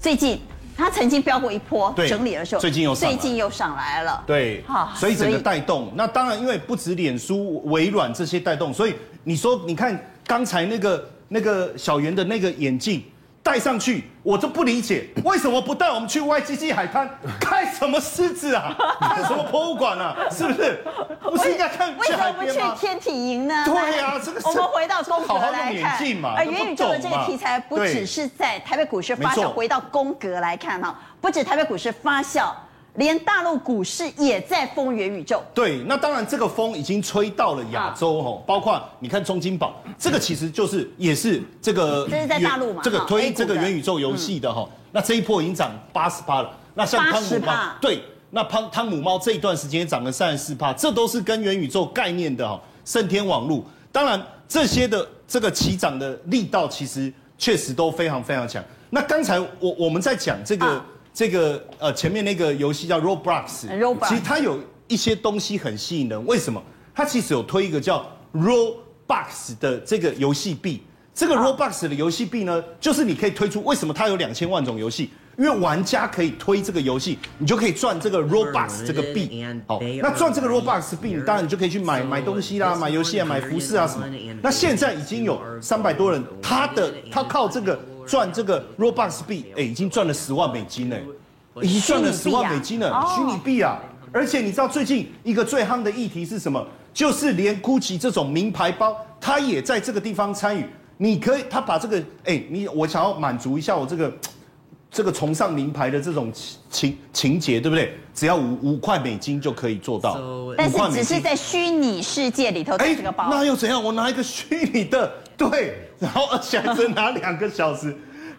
Speaker 1: 最近它曾经飙过一波，
Speaker 8: 对
Speaker 1: 整理的时候
Speaker 8: 最近又上来
Speaker 1: 最
Speaker 8: 了
Speaker 1: 近又上来了。
Speaker 8: 对
Speaker 1: 好，
Speaker 8: 所以整个
Speaker 1: 所以
Speaker 8: 带动。那当然，因为不止脸书、微软这些带动，所以你说，你看刚才那个那个小圆的那个眼镜戴上去，我都不理解为什么不带我们去 YGG 海滩看什么狮子啊，看什么博物馆啊，是不是？不是应该看
Speaker 1: 为
Speaker 8: 去
Speaker 1: 什
Speaker 8: 海
Speaker 1: 么不
Speaker 8: 边
Speaker 1: 去
Speaker 8: 吗？
Speaker 1: 天体营呢？
Speaker 8: 对啊这个是
Speaker 1: 我们回到宫格来
Speaker 8: 好好用眼镜
Speaker 1: 看
Speaker 8: 嘛，
Speaker 1: 而
Speaker 8: 都不
Speaker 1: 元宇宙的这
Speaker 8: 懂
Speaker 1: 个
Speaker 8: 嘛
Speaker 1: 题材不
Speaker 8: 对
Speaker 1: 只是在台北股市发
Speaker 8: 没
Speaker 1: 酵，
Speaker 8: 错
Speaker 1: 回到宫格来看哈，不止台北股市发酵，连大陆股市也在封元宇宙。
Speaker 8: 对，那当然这个风已经吹到了亚洲哦，
Speaker 1: 啊
Speaker 8: 包括你看中金宝，这个其实就是也是这个，
Speaker 1: 嗯这是在大陆嘛
Speaker 8: 这个
Speaker 1: 哈 A 股的
Speaker 8: 推
Speaker 1: 嗯
Speaker 8: 这个元宇宙游戏的哈，那这一波已经涨八十趴了，那像汤姆猫
Speaker 1: 80%
Speaker 8: 对，那汤汤姆猫这一段时间也涨了三十四趴，这都是跟元宇宙概念的哈，盛天网路，当然这些的这个起涨的力道其实确实都非常非常强。那刚才我我们在讲这个、
Speaker 1: 啊
Speaker 8: 这个呃前面那个游戏叫 Roblox，
Speaker 1: Roblox
Speaker 8: 其实它有一些东西很吸引人，为什么？它其实有推一个叫 Robux 的这个游戏币。这个 Robux 的游戏币呢，就是你可以推出。为什么它有两千万种游戏？因为玩家可以推这个游戏，你就可以赚这个 Robux 这个币。好，那赚这个 Robux 币，你当然你就可以去买买东西啦，买游戏啊，买服饰啊什么。那现在已经有三百多人，他的他靠这个赚这个 Robux 币，哎，已经赚了十万美金嘞。已经赚了十万美金了，虚拟币啊！而且你知道最近一个最夯的议题是什么？就是连 GUCCI 这种名牌包，它也在这个地方参与。你可以，他把这个，哎，你我想要满足一下我这个这个崇尚名牌的这种情情情节，对不对？只要五五块美金就可以做到，五
Speaker 1: 但是
Speaker 8: 块美
Speaker 1: 只是
Speaker 8: 金。
Speaker 1: 在虚拟世界里头，在这个包。
Speaker 8: 哎那又怎样？我拿一个虚拟的，对，然后而且还只拿两个小
Speaker 1: *laughs*
Speaker 8: 时。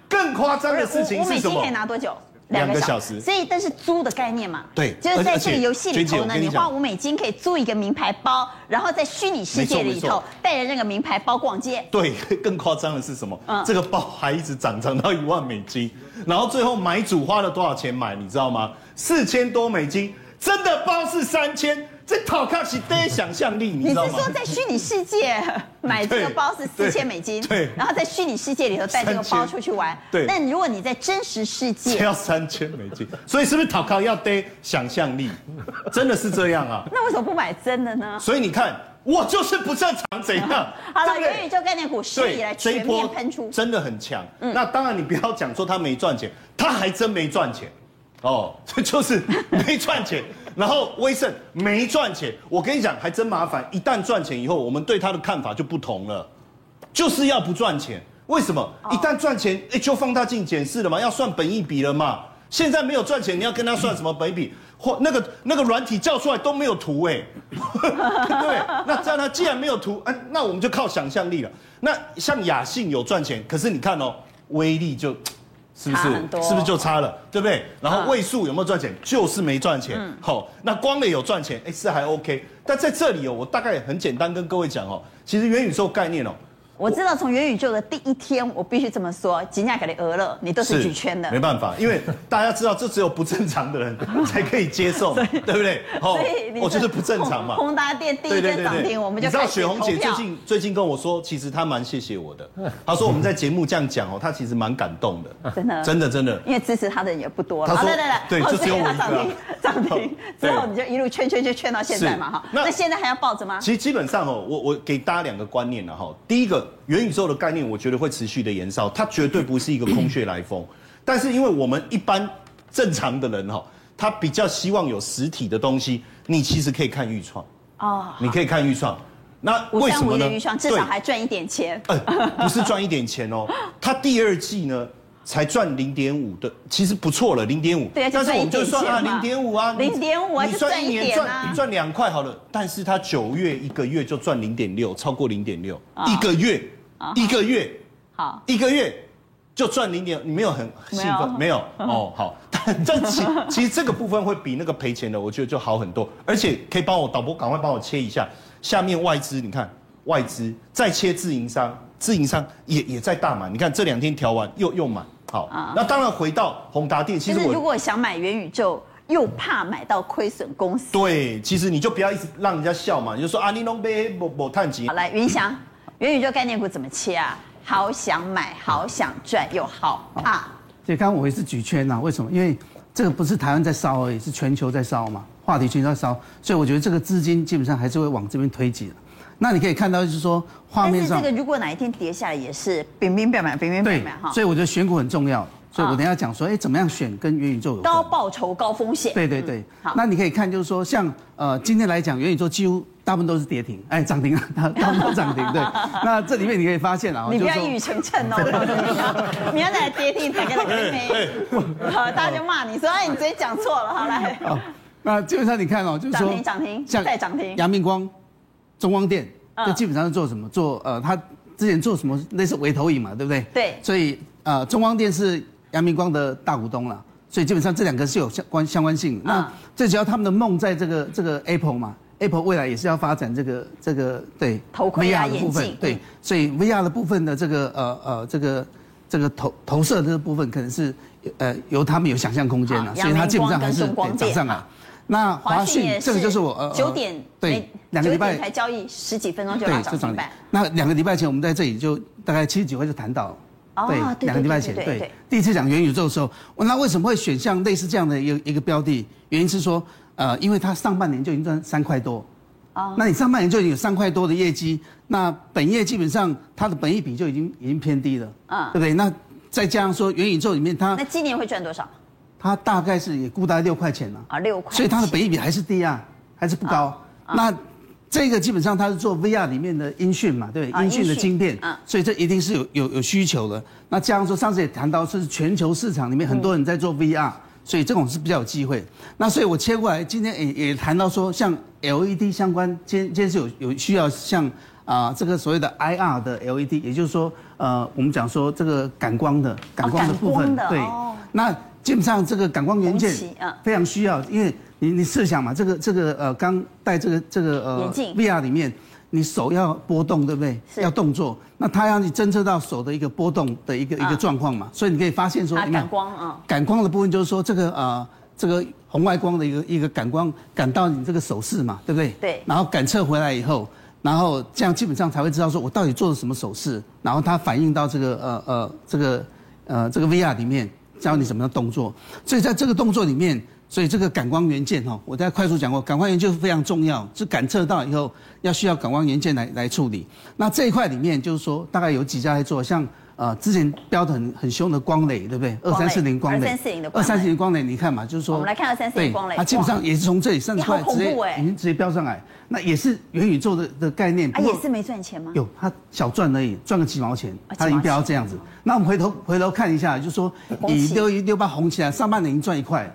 Speaker 8: 更夸张的事情
Speaker 1: 我我
Speaker 8: 是
Speaker 1: 每
Speaker 8: 什
Speaker 1: 天
Speaker 8: 么
Speaker 1: 可以？拿多久？
Speaker 8: 两个
Speaker 1: 小
Speaker 8: 小时
Speaker 1: 所以但是租的概念嘛，
Speaker 8: 对
Speaker 1: 就是在这
Speaker 8: 而且
Speaker 1: 个游戏里头
Speaker 8: 娟姐我
Speaker 1: 呢，
Speaker 8: 跟
Speaker 1: 你
Speaker 8: 你讲
Speaker 1: 花五美金可以租一个名牌包，然后在虚拟世界
Speaker 8: 没错
Speaker 1: 里
Speaker 8: 没
Speaker 1: 头
Speaker 8: 错
Speaker 1: 带着那个名牌包逛街。
Speaker 8: 对，更夸张的是什么？
Speaker 1: 嗯
Speaker 8: 这个包还一直涨，涨到一万美金，然后最后买主花了多少钱买？你知道吗？四千多美金，真的包是三千，这讨看是得想象力，你
Speaker 1: 你
Speaker 8: 知
Speaker 1: 是
Speaker 8: 道吗？
Speaker 1: 说在虚拟世
Speaker 8: *laughs*
Speaker 1: 界买这个包是四
Speaker 8: 对
Speaker 1: 千美金，
Speaker 8: 对
Speaker 1: 然后在虚拟世界里头带这个包
Speaker 8: 3000
Speaker 1: 出去玩，
Speaker 8: 对
Speaker 1: 但如果你在真实世
Speaker 8: 只
Speaker 1: 界，
Speaker 8: 要三千美金，所以是不是讨靠要得想象力？真的是这样啊！
Speaker 1: 那为什么不买真的呢？
Speaker 8: 所以你看，我就是不正常，怎样？
Speaker 1: *laughs* 好
Speaker 8: 啊对
Speaker 1: 了，
Speaker 8: 不对
Speaker 1: 元宇宙概念股是以来
Speaker 8: 对，这一
Speaker 1: 全面
Speaker 8: 波
Speaker 1: 喷出，嗯
Speaker 8: 真的很强。那当然，你不要讲说他没赚钱，他还真没赚钱。哦， *laughs* 这就是没
Speaker 1: *laughs*
Speaker 8: 赚钱，然后威盛没赚钱，我跟你讲还真麻烦。一旦赚钱以后，我们对他的看法就不同了，就是要不赚钱。为什么？
Speaker 1: 哦
Speaker 8: 一旦赚钱，哎，就放大镜检视了嘛，要算本益比了嘛。现在没有赚钱，你要跟他算什么本益比？或那个那个软体叫出来都没有图哎、对，那这样呢？既然没有图，哎、那我们就靠想象力了。那像雅信有赚钱，可是你看哦，威力就。是不
Speaker 1: 差很多嗯
Speaker 8: 是？是不是就差了，对不对？然后位数有没有赚钱？就是没赚钱。好、那光磊有赚钱，哎，是还 OK。但在这里哦，我大概很简单跟各位讲哦，其实元宇宙概念哦，
Speaker 1: 我知道从元宇宙的第一天，我必须这么说，吉亚给的俄勒，你都是举圈的
Speaker 8: 没。办法，因为大家知道，这只有不正常的人才可以接受嘛，对不对？
Speaker 1: *laughs*
Speaker 8: 哦
Speaker 1: 所以你
Speaker 8: 我就是不正
Speaker 1: *laughs*
Speaker 8: 常嘛。
Speaker 1: 宏宏达电第一天涨停，我们就
Speaker 8: 你知道
Speaker 1: 开始
Speaker 8: 雪
Speaker 1: 投
Speaker 8: 红姐最
Speaker 1: 票。
Speaker 8: 近最近跟我说，其实她蛮谢谢我
Speaker 1: *laughs*
Speaker 8: 的。她说我们在节目这样讲哦，她其实蛮感动的，
Speaker 1: 真的
Speaker 8: 真的真的。
Speaker 1: 因为支持他的人也不多了，
Speaker 8: 他说
Speaker 1: 对
Speaker 8: 对
Speaker 1: 哦
Speaker 8: 就只有我
Speaker 1: 所以
Speaker 8: 一
Speaker 1: 他
Speaker 8: 个啊
Speaker 1: 涨停，涨停之
Speaker 8: 对
Speaker 1: 后你就一路圈圈圈圈到现在嘛
Speaker 8: 是
Speaker 1: 哈。
Speaker 8: 那
Speaker 1: 那现在还要抱着吗？
Speaker 8: 其实基本上哦，我我给大家两个观念了哈。第一个，元宇宙的概念，我觉得会持续的延烧，它绝对不是一个空穴
Speaker 1: *laughs*
Speaker 8: 来风。但是因为我们一般正常的人哈，他比较希望有实体的东西，你其实可以看预创，
Speaker 1: 哦，
Speaker 8: 你可以看预创。那
Speaker 1: 五
Speaker 8: 为
Speaker 1: 三
Speaker 8: 什
Speaker 1: 五
Speaker 8: 么
Speaker 1: 一
Speaker 8: 呢
Speaker 1: 的预？算至
Speaker 8: 对
Speaker 1: 少还赚一点钱。
Speaker 8: 呃，不是赚一点钱
Speaker 1: *laughs*
Speaker 8: 哦，他第二季呢才赚零点五的，其实不错了，零点五。
Speaker 1: 对啊就
Speaker 8: 但是我们就算啊，
Speaker 1: 赚一
Speaker 8: 零点
Speaker 1: 点
Speaker 8: 五
Speaker 1: 钱
Speaker 8: 啊
Speaker 1: 嘛，
Speaker 8: 你
Speaker 1: 0.5啊
Speaker 8: 你
Speaker 1: 就
Speaker 8: 算
Speaker 1: 赚
Speaker 8: 一
Speaker 1: 一
Speaker 8: 年
Speaker 1: 点啊
Speaker 8: 赚赚两块好了，但是他九月一个月就赚零点六，超过零点六，
Speaker 1: 啊
Speaker 8: 一个月，一个月，
Speaker 1: 好，
Speaker 8: 一个月就赚零点，你没有很兴奋？没有 *laughs* 哦，好，但但其其实这个部分会比那个赔钱的，我觉得就好很多，而且可以帮我导播赶快帮我切一下，下面外资你看外资再切自营商，自营商也也在大满，你看这啊两天调完又又满，好，那当然回到宏达电，其
Speaker 1: 就
Speaker 8: 实
Speaker 1: 是
Speaker 8: 我
Speaker 1: 如果想买元宇宙，又怕买到亏损公司。
Speaker 8: 对，其实你就不要一直让人家笑嘛，你就说啊，你弄杯某某探级
Speaker 1: 好，，来云翔，元宇宙概念股怎么切啊？好想买，好想赚，又好怕。
Speaker 4: 所以刚刚我也是举圈呐、啊为什么？因为这个不是台湾在烧而已，是全球在烧嘛，话题全球在烧，所以我觉得这个资金基本上还是会往这边推挤的。那你可以看到，就是说画
Speaker 1: 但
Speaker 4: 面
Speaker 1: 是
Speaker 4: 上
Speaker 1: 这个如果哪一天跌下来，也是冰冰表满，冰冰表
Speaker 4: 对
Speaker 1: 满哈，。
Speaker 4: 所以我觉得选股很重要。所以我等一下讲说，哎，怎么样选跟元宇宙有关
Speaker 1: 高报酬高风险。
Speaker 4: 对对对，
Speaker 1: 嗯好
Speaker 4: 那你可以看，就是说像呃，今天来讲，元宇宙几乎大部分都是跌停，哎，涨停啊， *laughs* 大大部分都涨停。
Speaker 1: *laughs*
Speaker 4: 对，那这里面你可以发现啊，
Speaker 1: 你不
Speaker 4: 就
Speaker 1: 要
Speaker 4: 是
Speaker 1: 一
Speaker 4: 说
Speaker 1: 语成谶哦，我告诉你
Speaker 4: *laughs*
Speaker 1: 啊，你要再来跌停，打个那个
Speaker 4: 哎
Speaker 1: 妹，好，大家就骂你说，哎，你直接讲错了，好来，
Speaker 4: 哦，那基本上你看哦，就是
Speaker 1: 涨
Speaker 4: 说
Speaker 1: 停涨停
Speaker 4: 像
Speaker 1: 再涨停
Speaker 4: 阳明光、中光电，
Speaker 1: 嗯
Speaker 4: 这基本上是做什么？做呃，它之前做什么类似微投影嘛，对不对？
Speaker 1: 对
Speaker 4: 所以呃，中光电是阳明光的大股东了。所以基本上这两个是有相关相关性的。那
Speaker 1: 嗯
Speaker 4: 最主要他们的梦在这个这个 Apple 嘛，Apple 未来也是要发展这个这个对
Speaker 1: 头盔啊
Speaker 4: VR 的部
Speaker 1: 眼
Speaker 4: 分
Speaker 1: 镜，嗯
Speaker 4: 对，所以 VR 的部分的这个呃呃这个这个投投射的部分，可能是呃由他们有想象空间了
Speaker 1: 好，
Speaker 4: 所以它基本上还是
Speaker 1: 啊阳明光跟中光
Speaker 4: 对
Speaker 1: 电
Speaker 4: 涨上来。啊那华讯这个就是我呃
Speaker 1: 九点
Speaker 4: 对
Speaker 1: 那
Speaker 4: 两个礼
Speaker 1: 9点才
Speaker 4: 拜
Speaker 1: 交易，十几分钟就
Speaker 4: 对
Speaker 1: 拉
Speaker 4: 就
Speaker 1: 涨
Speaker 4: 涨
Speaker 1: 停
Speaker 4: 停
Speaker 1: 板，。
Speaker 4: 那两个礼拜前我们在这里就大概七十几块就谈到了。
Speaker 1: 哦对对
Speaker 4: 两个礼拜
Speaker 1: 对
Speaker 4: 前，
Speaker 1: 对对
Speaker 4: 对
Speaker 1: 对，
Speaker 4: 第一次讲元宇宙的时候，我那为什么会选像类似这样的一个一个标的？原因是说，呃，因为它上半年就已经赚三块多，
Speaker 1: 哦
Speaker 4: 那你上半年就已经有三块多的业绩，那本业基本上它的本益比就已经已经偏低了，
Speaker 1: 嗯
Speaker 4: 啊，对不对？那再加上说元宇宙里面它
Speaker 1: 那今年会赚多少
Speaker 4: 它大概是也估大概六块钱了、
Speaker 1: 啊？六块钱，啊
Speaker 4: 所以它的本益比还是低啊，还是不高。那这个基本上它是做 VR 里面的音讯嘛，对不
Speaker 1: 啊
Speaker 4: 对？音讯
Speaker 1: 音
Speaker 4: 的
Speaker 1: 讯
Speaker 4: 晶片
Speaker 1: 嗯，
Speaker 4: 所以这一定是有有有需求的。那加上说，上次也谈到，是全球市场里
Speaker 1: 嗯
Speaker 4: 面很多人在做 VR，所以这种是比较有机会。那所以我切过来，今天也也谈到说，像 LED 相关，今天今天是有有需要像。啊、这个所谓的 IR 的 LED，也就是说，呃，我们讲说这个感光的感光的部
Speaker 1: 哦感光
Speaker 4: 分，
Speaker 1: 的
Speaker 4: 对，
Speaker 1: 哦
Speaker 4: 那基本上这个感光元件
Speaker 1: 红旗嗯
Speaker 4: 非常需要，因为你你设想嘛，这个这个呃刚戴这个这个呃
Speaker 1: 眼镜
Speaker 4: VR 里面，你手要波动，对不对？
Speaker 1: 是
Speaker 4: 要动作，那它要你侦测到手的一个波动的一个一
Speaker 1: 啊
Speaker 4: 个状况嘛，所以你可以发现说，
Speaker 1: 啊
Speaker 4: 有没有
Speaker 1: 感光啊，
Speaker 4: 感光的部分就是说这个呃这个红外光的一个一个感光感到你这个手势嘛，对不对？
Speaker 1: 对
Speaker 4: 然后感测回来以后，然后这样基本上才会知道说我到底做了什么手势，然后它反映到这个呃呃这个呃这个 VR 里面教你什么样的动作。所以在这个动作里面，所以这个感光元件哦，我在快速讲过，感光元件非常重要，是感测到以后要需要感光元件来来处理。那这一块里面就是说，大概有几家在做，像呃之前标的很很凶的光磊，对不对？二三四零光磊，
Speaker 1: 2340的光磊
Speaker 4: 二三四零光磊，你看嘛，就是说
Speaker 1: 我们来看2340
Speaker 4: 对
Speaker 1: 光磊
Speaker 4: 它基本上也是从这里上出
Speaker 1: 哇
Speaker 4: 来，
Speaker 1: 你好
Speaker 4: 直
Speaker 1: 恐
Speaker 4: 接
Speaker 1: 怖欸
Speaker 4: 已经直接标上来，那也是元宇宙的的概念，
Speaker 1: 啊，
Speaker 4: 不过
Speaker 1: 也是没赚钱吗？
Speaker 4: 有，他小赚而已，赚个几毛钱
Speaker 1: 啊，
Speaker 4: 他已经飙这样子。那我们回头回头看一下，就说
Speaker 1: 红
Speaker 4: 以
Speaker 1: 旗
Speaker 4: 六一六八红起来，上半年已经赚一块，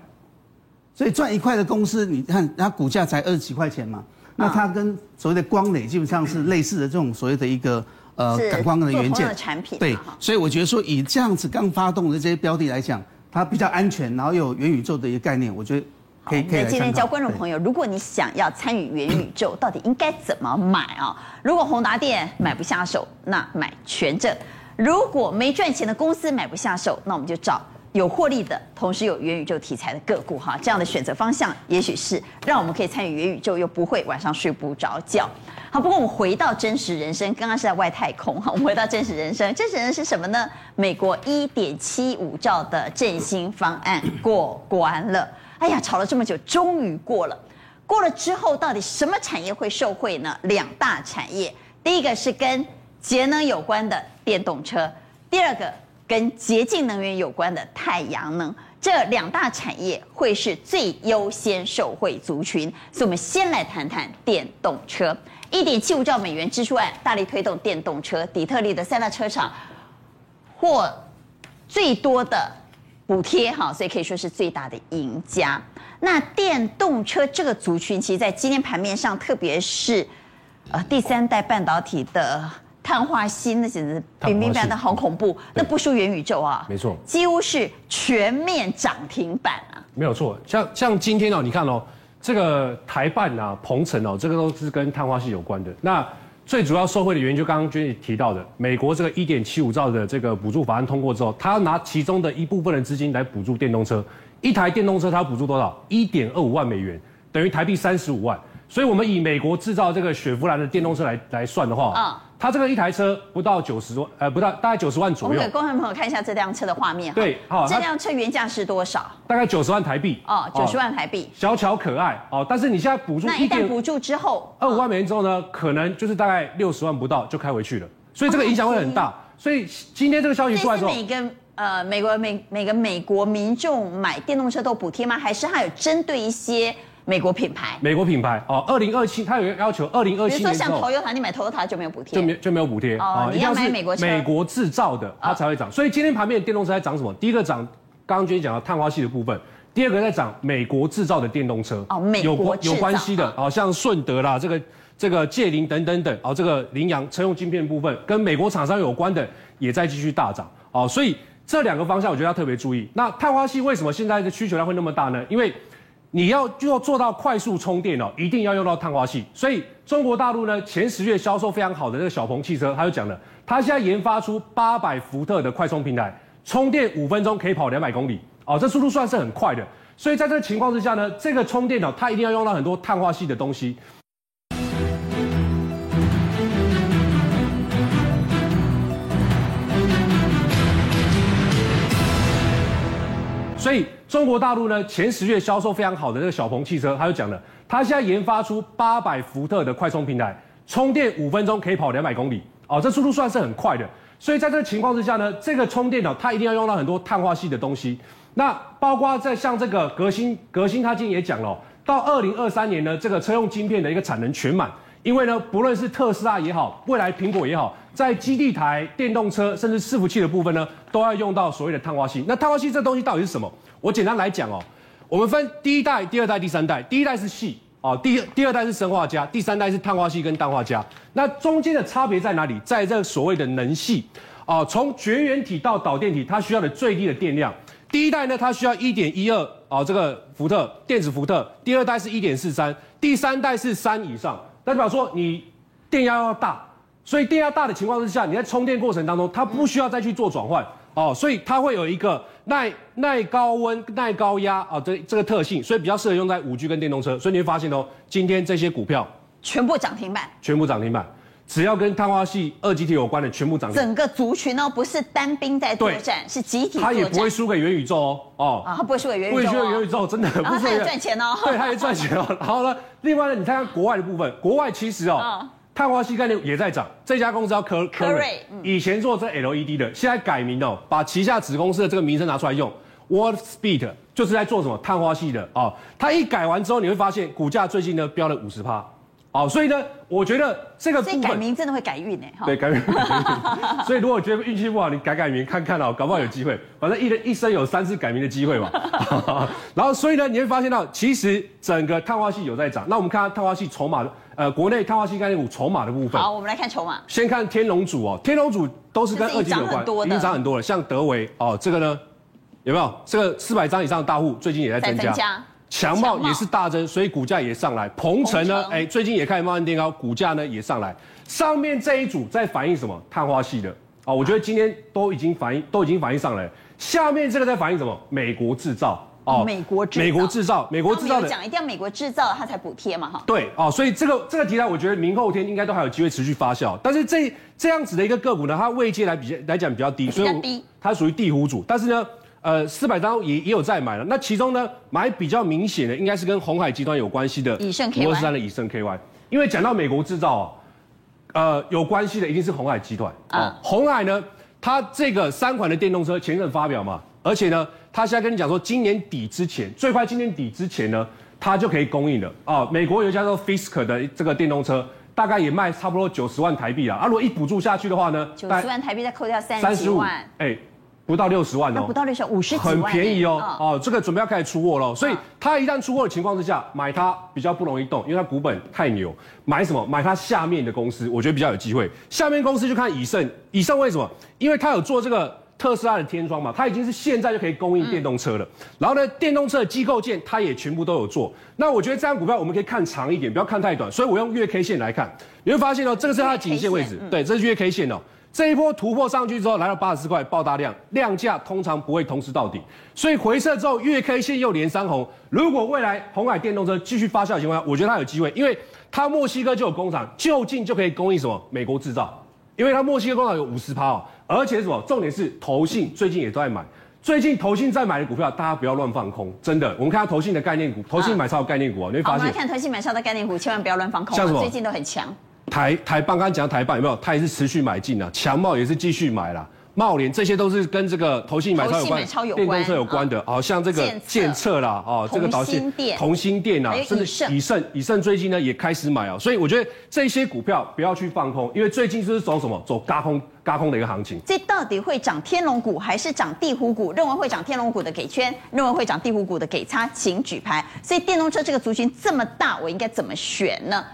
Speaker 4: 所以赚一块的公司，你看它股价才二十几块钱嘛，那
Speaker 1: 啊
Speaker 4: 它跟所谓的光磊基本上是类似的这种所谓的一个呃
Speaker 1: 是
Speaker 4: 感光的
Speaker 1: 做
Speaker 4: 元
Speaker 1: 同样
Speaker 4: 件
Speaker 1: 的产品嘛啊
Speaker 4: 对
Speaker 1: 哈，
Speaker 4: 所以我觉得说以这样子刚发动的这些标的来讲，它比较安全，然后又有元宇宙的一个概念，我觉得可以
Speaker 1: 好
Speaker 4: 可以
Speaker 1: 那
Speaker 4: 来
Speaker 1: 今天
Speaker 4: 参考
Speaker 1: 教观众
Speaker 4: 对
Speaker 1: 朋友，如果你想要参与元宇宙，到底应该怎么买啊？如果宏达电买不下手，那买权证；如果没赚钱的公司买不下手，那我们就找有获利的，同时有元宇宙题材的个股哈。这样的选择方向，也许是让我们可以参与元宇宙，又不会晚上睡不着觉。好，不过我们回到真实人生，刚刚是在外太空哈，我们回到真实人生，真实人生是什么呢？美国一点七五兆的振兴方案过关了，哎呀，吵了这么久，终于过了。过了之后，到底什么产业会受惠呢？两大产业，第一个是跟节能有关的电动车，第二个跟洁净能源有关的太阳能。这两大产业会是最优先受惠族群，所以我们先来谈谈电动车。一点七五兆美元支出案大力推动电动车，底特律的三大车厂获最多的补贴哈，所以可以说是最大的赢家。那电动车这个族群，其实在今天盘面上，特别是呃第三代半导体的碳化锌，那简直
Speaker 5: 碳化锌
Speaker 1: 冰冰冰的好恐怖，那不输元宇宙啊，
Speaker 5: 没错
Speaker 1: 几乎是全面涨停板啊。
Speaker 5: 没有错，像像今天哦，你看哦，这个台办啊、鹏程哦，这个都是跟碳化系有关的。那最主要受惠的原因，就刚刚娟姐提到的，美国这个一点七五兆的这个补助法案通过之后，他要拿其中的一部分的资金来补助电动车，一台电动车它要补助多少？一点二五万美元，等于台币三十五万。所以我们以美国制造这个雪佛兰的电动车来来算的话，
Speaker 1: 嗯
Speaker 5: 它这个一台车不到九十万，呃，不到大概九十万
Speaker 1: 我
Speaker 5: 左
Speaker 1: 们
Speaker 5: 右
Speaker 1: 给，观众朋友看一下这辆车的画面哈。
Speaker 5: 对好
Speaker 1: 这
Speaker 5: 它
Speaker 1: 辆车原价是多少？
Speaker 5: 大概九十万台币。
Speaker 1: 哦，九十万台币。
Speaker 5: 小巧可爱哦，但是你现在补助
Speaker 1: 那
Speaker 5: 一
Speaker 1: 一
Speaker 5: 点
Speaker 1: 旦补助之后，
Speaker 5: 二五万美元之后呢，可能就是大概六十万不到就开回去了，所以这个影响会很大。所以今天这个消息出
Speaker 1: 这
Speaker 5: 来
Speaker 1: 哦是
Speaker 5: 之后，
Speaker 1: 每个呃美国每每个美国民众买电动车都补贴吗？还是它有针对一些美国品牌？
Speaker 5: 美国品牌哦，二零二七它有一个要求，二零二
Speaker 1: 比如
Speaker 5: 七
Speaker 1: 说
Speaker 5: 年之
Speaker 1: 像
Speaker 5: 后
Speaker 1: Toyota，你买 Toyota 就没有补贴，
Speaker 5: 就没就没有补贴
Speaker 1: 哦
Speaker 5: 啊，
Speaker 1: 你
Speaker 5: 一定
Speaker 1: 要买
Speaker 5: 是
Speaker 1: 美国车哦
Speaker 5: 美国制造的它才会涨。所以今天盘面的电动车在涨什么？第一个涨，刚刚娟姐讲到碳化系的部分。第二个在涨美国制造的电动车
Speaker 1: 哦美
Speaker 5: 有
Speaker 1: 国
Speaker 5: 关
Speaker 1: 制造
Speaker 5: 有关系的，好、像顺德啦，这个这个界林等等等，哦，这个羚羊车用晶片的部分跟美国厂商有关的也在继续大涨，哦，所以这两个方向我觉得要特别注意。那碳化系为什么现在的需求量会那么大呢？因为你要就要做到快速充电哦，一定要用到碳化系。所以中国大陆呢，前十月销售非常好的这个小鹏汽车，他就讲了，他现在研发出八百伏特的快充平台，充电五分钟可以跑两百公里哦，这速度算是很快的。所以在这个情况之下呢，这个充电哦，它一定要用到很多碳化系的东西。所以中国大陆呢，前十月销售非常好的这个小鹏汽车，他就讲了，他现在研发出八百伏特的快充平台，充电五分钟可以跑两百公里，哦，这速度算是很快的。所以在这个情况之下呢，这个充电呢，它一定要用到很多碳化系的东西。那包括在像这个革新，革新他今天也讲了哦、到二零二三年呢，这个车用晶片的一个产能全满，因为呢，不论是特斯拉也好，未来苹果也好，在基地台、电动车甚至伺服器的部分呢，都要用到所谓的碳化系。那碳化系这东西到底是什么？我简单来讲哦，我们分第一代、第二代、第三代。第一代是系哦，第第二代是生化镓，第三代是碳化系跟氮化镓。那中间的差别在哪里？在这所谓的能系哦，从绝缘体到导电体，它需要的最低的电量。第一代呢，它需要一点一二哦，这个伏特电子伏特，第二代是一点四三，第三代是三以上，代表说你电压要大，所以电压大的情况之下，你在充电过程当中，它不需要再去做转换哦，所以它会有一个耐耐高温、耐高压啊、哦、这这个特性，所以比较适合用在五 G 跟电动车。所以你会发现哦，今天这些股票
Speaker 1: 全部涨停板，
Speaker 5: 全部涨停板，只要跟碳化系二极体有关的，全部涨停板。
Speaker 1: 整个族群哦，不是单兵在作
Speaker 5: 对
Speaker 1: 战，是集体
Speaker 5: 它也
Speaker 1: 作
Speaker 5: 不会
Speaker 1: 战
Speaker 5: 输给元宇宙哦哦，
Speaker 1: 啊，它不会输给元
Speaker 5: 我
Speaker 1: 宇
Speaker 5: 也
Speaker 1: 宙
Speaker 5: 觉得元
Speaker 1: 哦
Speaker 5: 宇。宙真的很
Speaker 1: 然
Speaker 5: 不
Speaker 1: 后
Speaker 5: 错
Speaker 1: 它有赚钱哦，
Speaker 5: *laughs* 对，它也赚钱
Speaker 1: *laughs*
Speaker 5: 哦。然后呢，另外呢，你看看国外的部分，国外其实哦
Speaker 1: 嗯，
Speaker 5: 碳化系概念也在涨。这家公司叫科
Speaker 1: 科瑞嗯
Speaker 5: 以前做这 LED 的，现在改名哦，把旗下子公司的这个名称拿出来用。World Speed 就是在做什么碳化系的哦。它一改完之后，你会发现股价最近呢飙了五十趴。哦，所以呢，我觉得这个
Speaker 1: 所以
Speaker 5: 部
Speaker 1: 改
Speaker 5: 分
Speaker 1: 名真的会改运呢哈。
Speaker 5: 对，改名。 *laughs* 所以如果觉得运气不好，你改改名看看哦，搞不好有机会。反正一人一生有三次改名的机会嘛。 *laughs* 然后所以呢，你会发现到其实整个碳化系有在涨。那我们看看碳化系筹码的，呃，国内碳化系概念股筹码的部分。
Speaker 1: 好，我们来看筹码，
Speaker 5: 先看天龙组哦，天龙组都是跟
Speaker 1: 这是
Speaker 5: 二级有
Speaker 1: 已经涨很
Speaker 5: 关
Speaker 1: 多，的
Speaker 5: 已经涨很多了。像德维哦，这个呢，有没有？这个四百张以上的大户最近也在
Speaker 1: 在
Speaker 5: 增
Speaker 1: 增
Speaker 5: 加。
Speaker 1: 加。
Speaker 5: 强茂也是大增，所以股价也上来。鹏程呢
Speaker 1: 鹏，程
Speaker 5: 哎，最近也开始慢慢垫高，股价呢也上来。上面这一组在反映什么？碳化系的啊、哦我觉得今天都已经反映，都已经反映上来了。下面这个在反映什么？美国制造哦
Speaker 1: 美国制造
Speaker 5: 美国制造，美国
Speaker 1: 他
Speaker 5: 制
Speaker 1: 们
Speaker 5: 造
Speaker 1: 有
Speaker 5: 的
Speaker 1: 讲一定要美国制造它才补贴嘛哈。
Speaker 5: 对哦，所以这个这个题材，我觉得明后天应该都还有机会持续发酵。但是这这样子的一个个股呢，它位阶来比较来讲比较低，
Speaker 1: 比较
Speaker 5: 所以我
Speaker 1: 低
Speaker 5: 它属于地虎组。但是呢，呃，四百张也也有在买了。那其中呢，买比较明显的应该是跟红海集团有关系的
Speaker 1: 以盛 KY
Speaker 5: 五二三的以盛 KY，因为讲到美国制造哦，呃，有关系的一定是红海集团啊、
Speaker 1: 啊
Speaker 5: 红海呢，它这个三款的电动车前阵发表嘛，而且呢，它现在跟你讲说，今年底之前，最快今年底之前呢，它就可以供应了啊、美国有一家叫 Fisker 的这个电动车，大概也卖差不多九十万台币啊。啊，如果一补助下去的话呢，
Speaker 1: 九十万台币再扣掉三十
Speaker 5: 三
Speaker 1: 几
Speaker 5: 十五，
Speaker 1: 万，
Speaker 5: 哎，不到六十万
Speaker 1: 那
Speaker 5: 哦
Speaker 1: 不。到六十，五十几万
Speaker 5: 很
Speaker 1: 呢，
Speaker 5: 便宜哦，
Speaker 1: 嗯
Speaker 5: 哦，这个准备要开始出货了，哦所以它一旦出货的情况之下，买它比较不容易动，因为它股本太牛。买什么？买它下面的公司，我觉得比较有机会。下面公司就看以盛，以盛为什么？因为它有做这个特斯拉的天窗嘛，它已经是现在就可以供应电动车了。然后呢，电动车的机构件它也全部都有做。那我觉得这样股票我们可以看长一点，不要看太短，所以我用月 K 线来看，你会发现哦，这个是它的颈线位
Speaker 1: 月 K
Speaker 5: 置
Speaker 1: 线嗯，
Speaker 5: 对，这是月 K 线哦。这一波突破上去之后，来到八十四块，爆大量，量价通常不会同时到底，所以回撤之后，月 K 线又连三红。如果未来红海电动车继续发酵的情况下，我觉得它有机会，因为它墨西哥就有工厂，就近就可以供应什么美国制造，因为它墨西哥工厂有五十趴哦，而且什么重点是投信最近也都在买。最近投信在买的股票，大家不要乱放空，真的。我们看到投信的概念股，投信买超的概念股啊，你会
Speaker 1: 好，我
Speaker 5: 发
Speaker 1: 们来
Speaker 5: 现
Speaker 1: 看投信买超的概念股，千万不要乱放空
Speaker 5: 像什
Speaker 1: 啊，
Speaker 5: 么
Speaker 1: 最近都很强。
Speaker 5: 台台办刚刚讲台办有没有？它也是持续买进啊，强茂也是继续买啦，茂联这些都是跟这个投信买超有关
Speaker 1: 投信买超有，关啊
Speaker 5: 电动车有关的，好、哦像这个
Speaker 1: 建策
Speaker 5: 建策啦，哦，这个导
Speaker 1: 同心电
Speaker 5: 同心电啊
Speaker 1: 还有，
Speaker 5: 甚
Speaker 1: 以盛
Speaker 5: 至以盛以盛最近呢也开始买啊，所以我觉得这些股票不要去放空，因为最近就是走什么走嘎空嘎空的一个行情。
Speaker 1: 这到底会涨天龙股还是涨地虎股？认为会涨天龙股的给圈，认为会涨地虎股的给叉，请举牌。所以电动车这个族群这么大，我应该怎么选呢？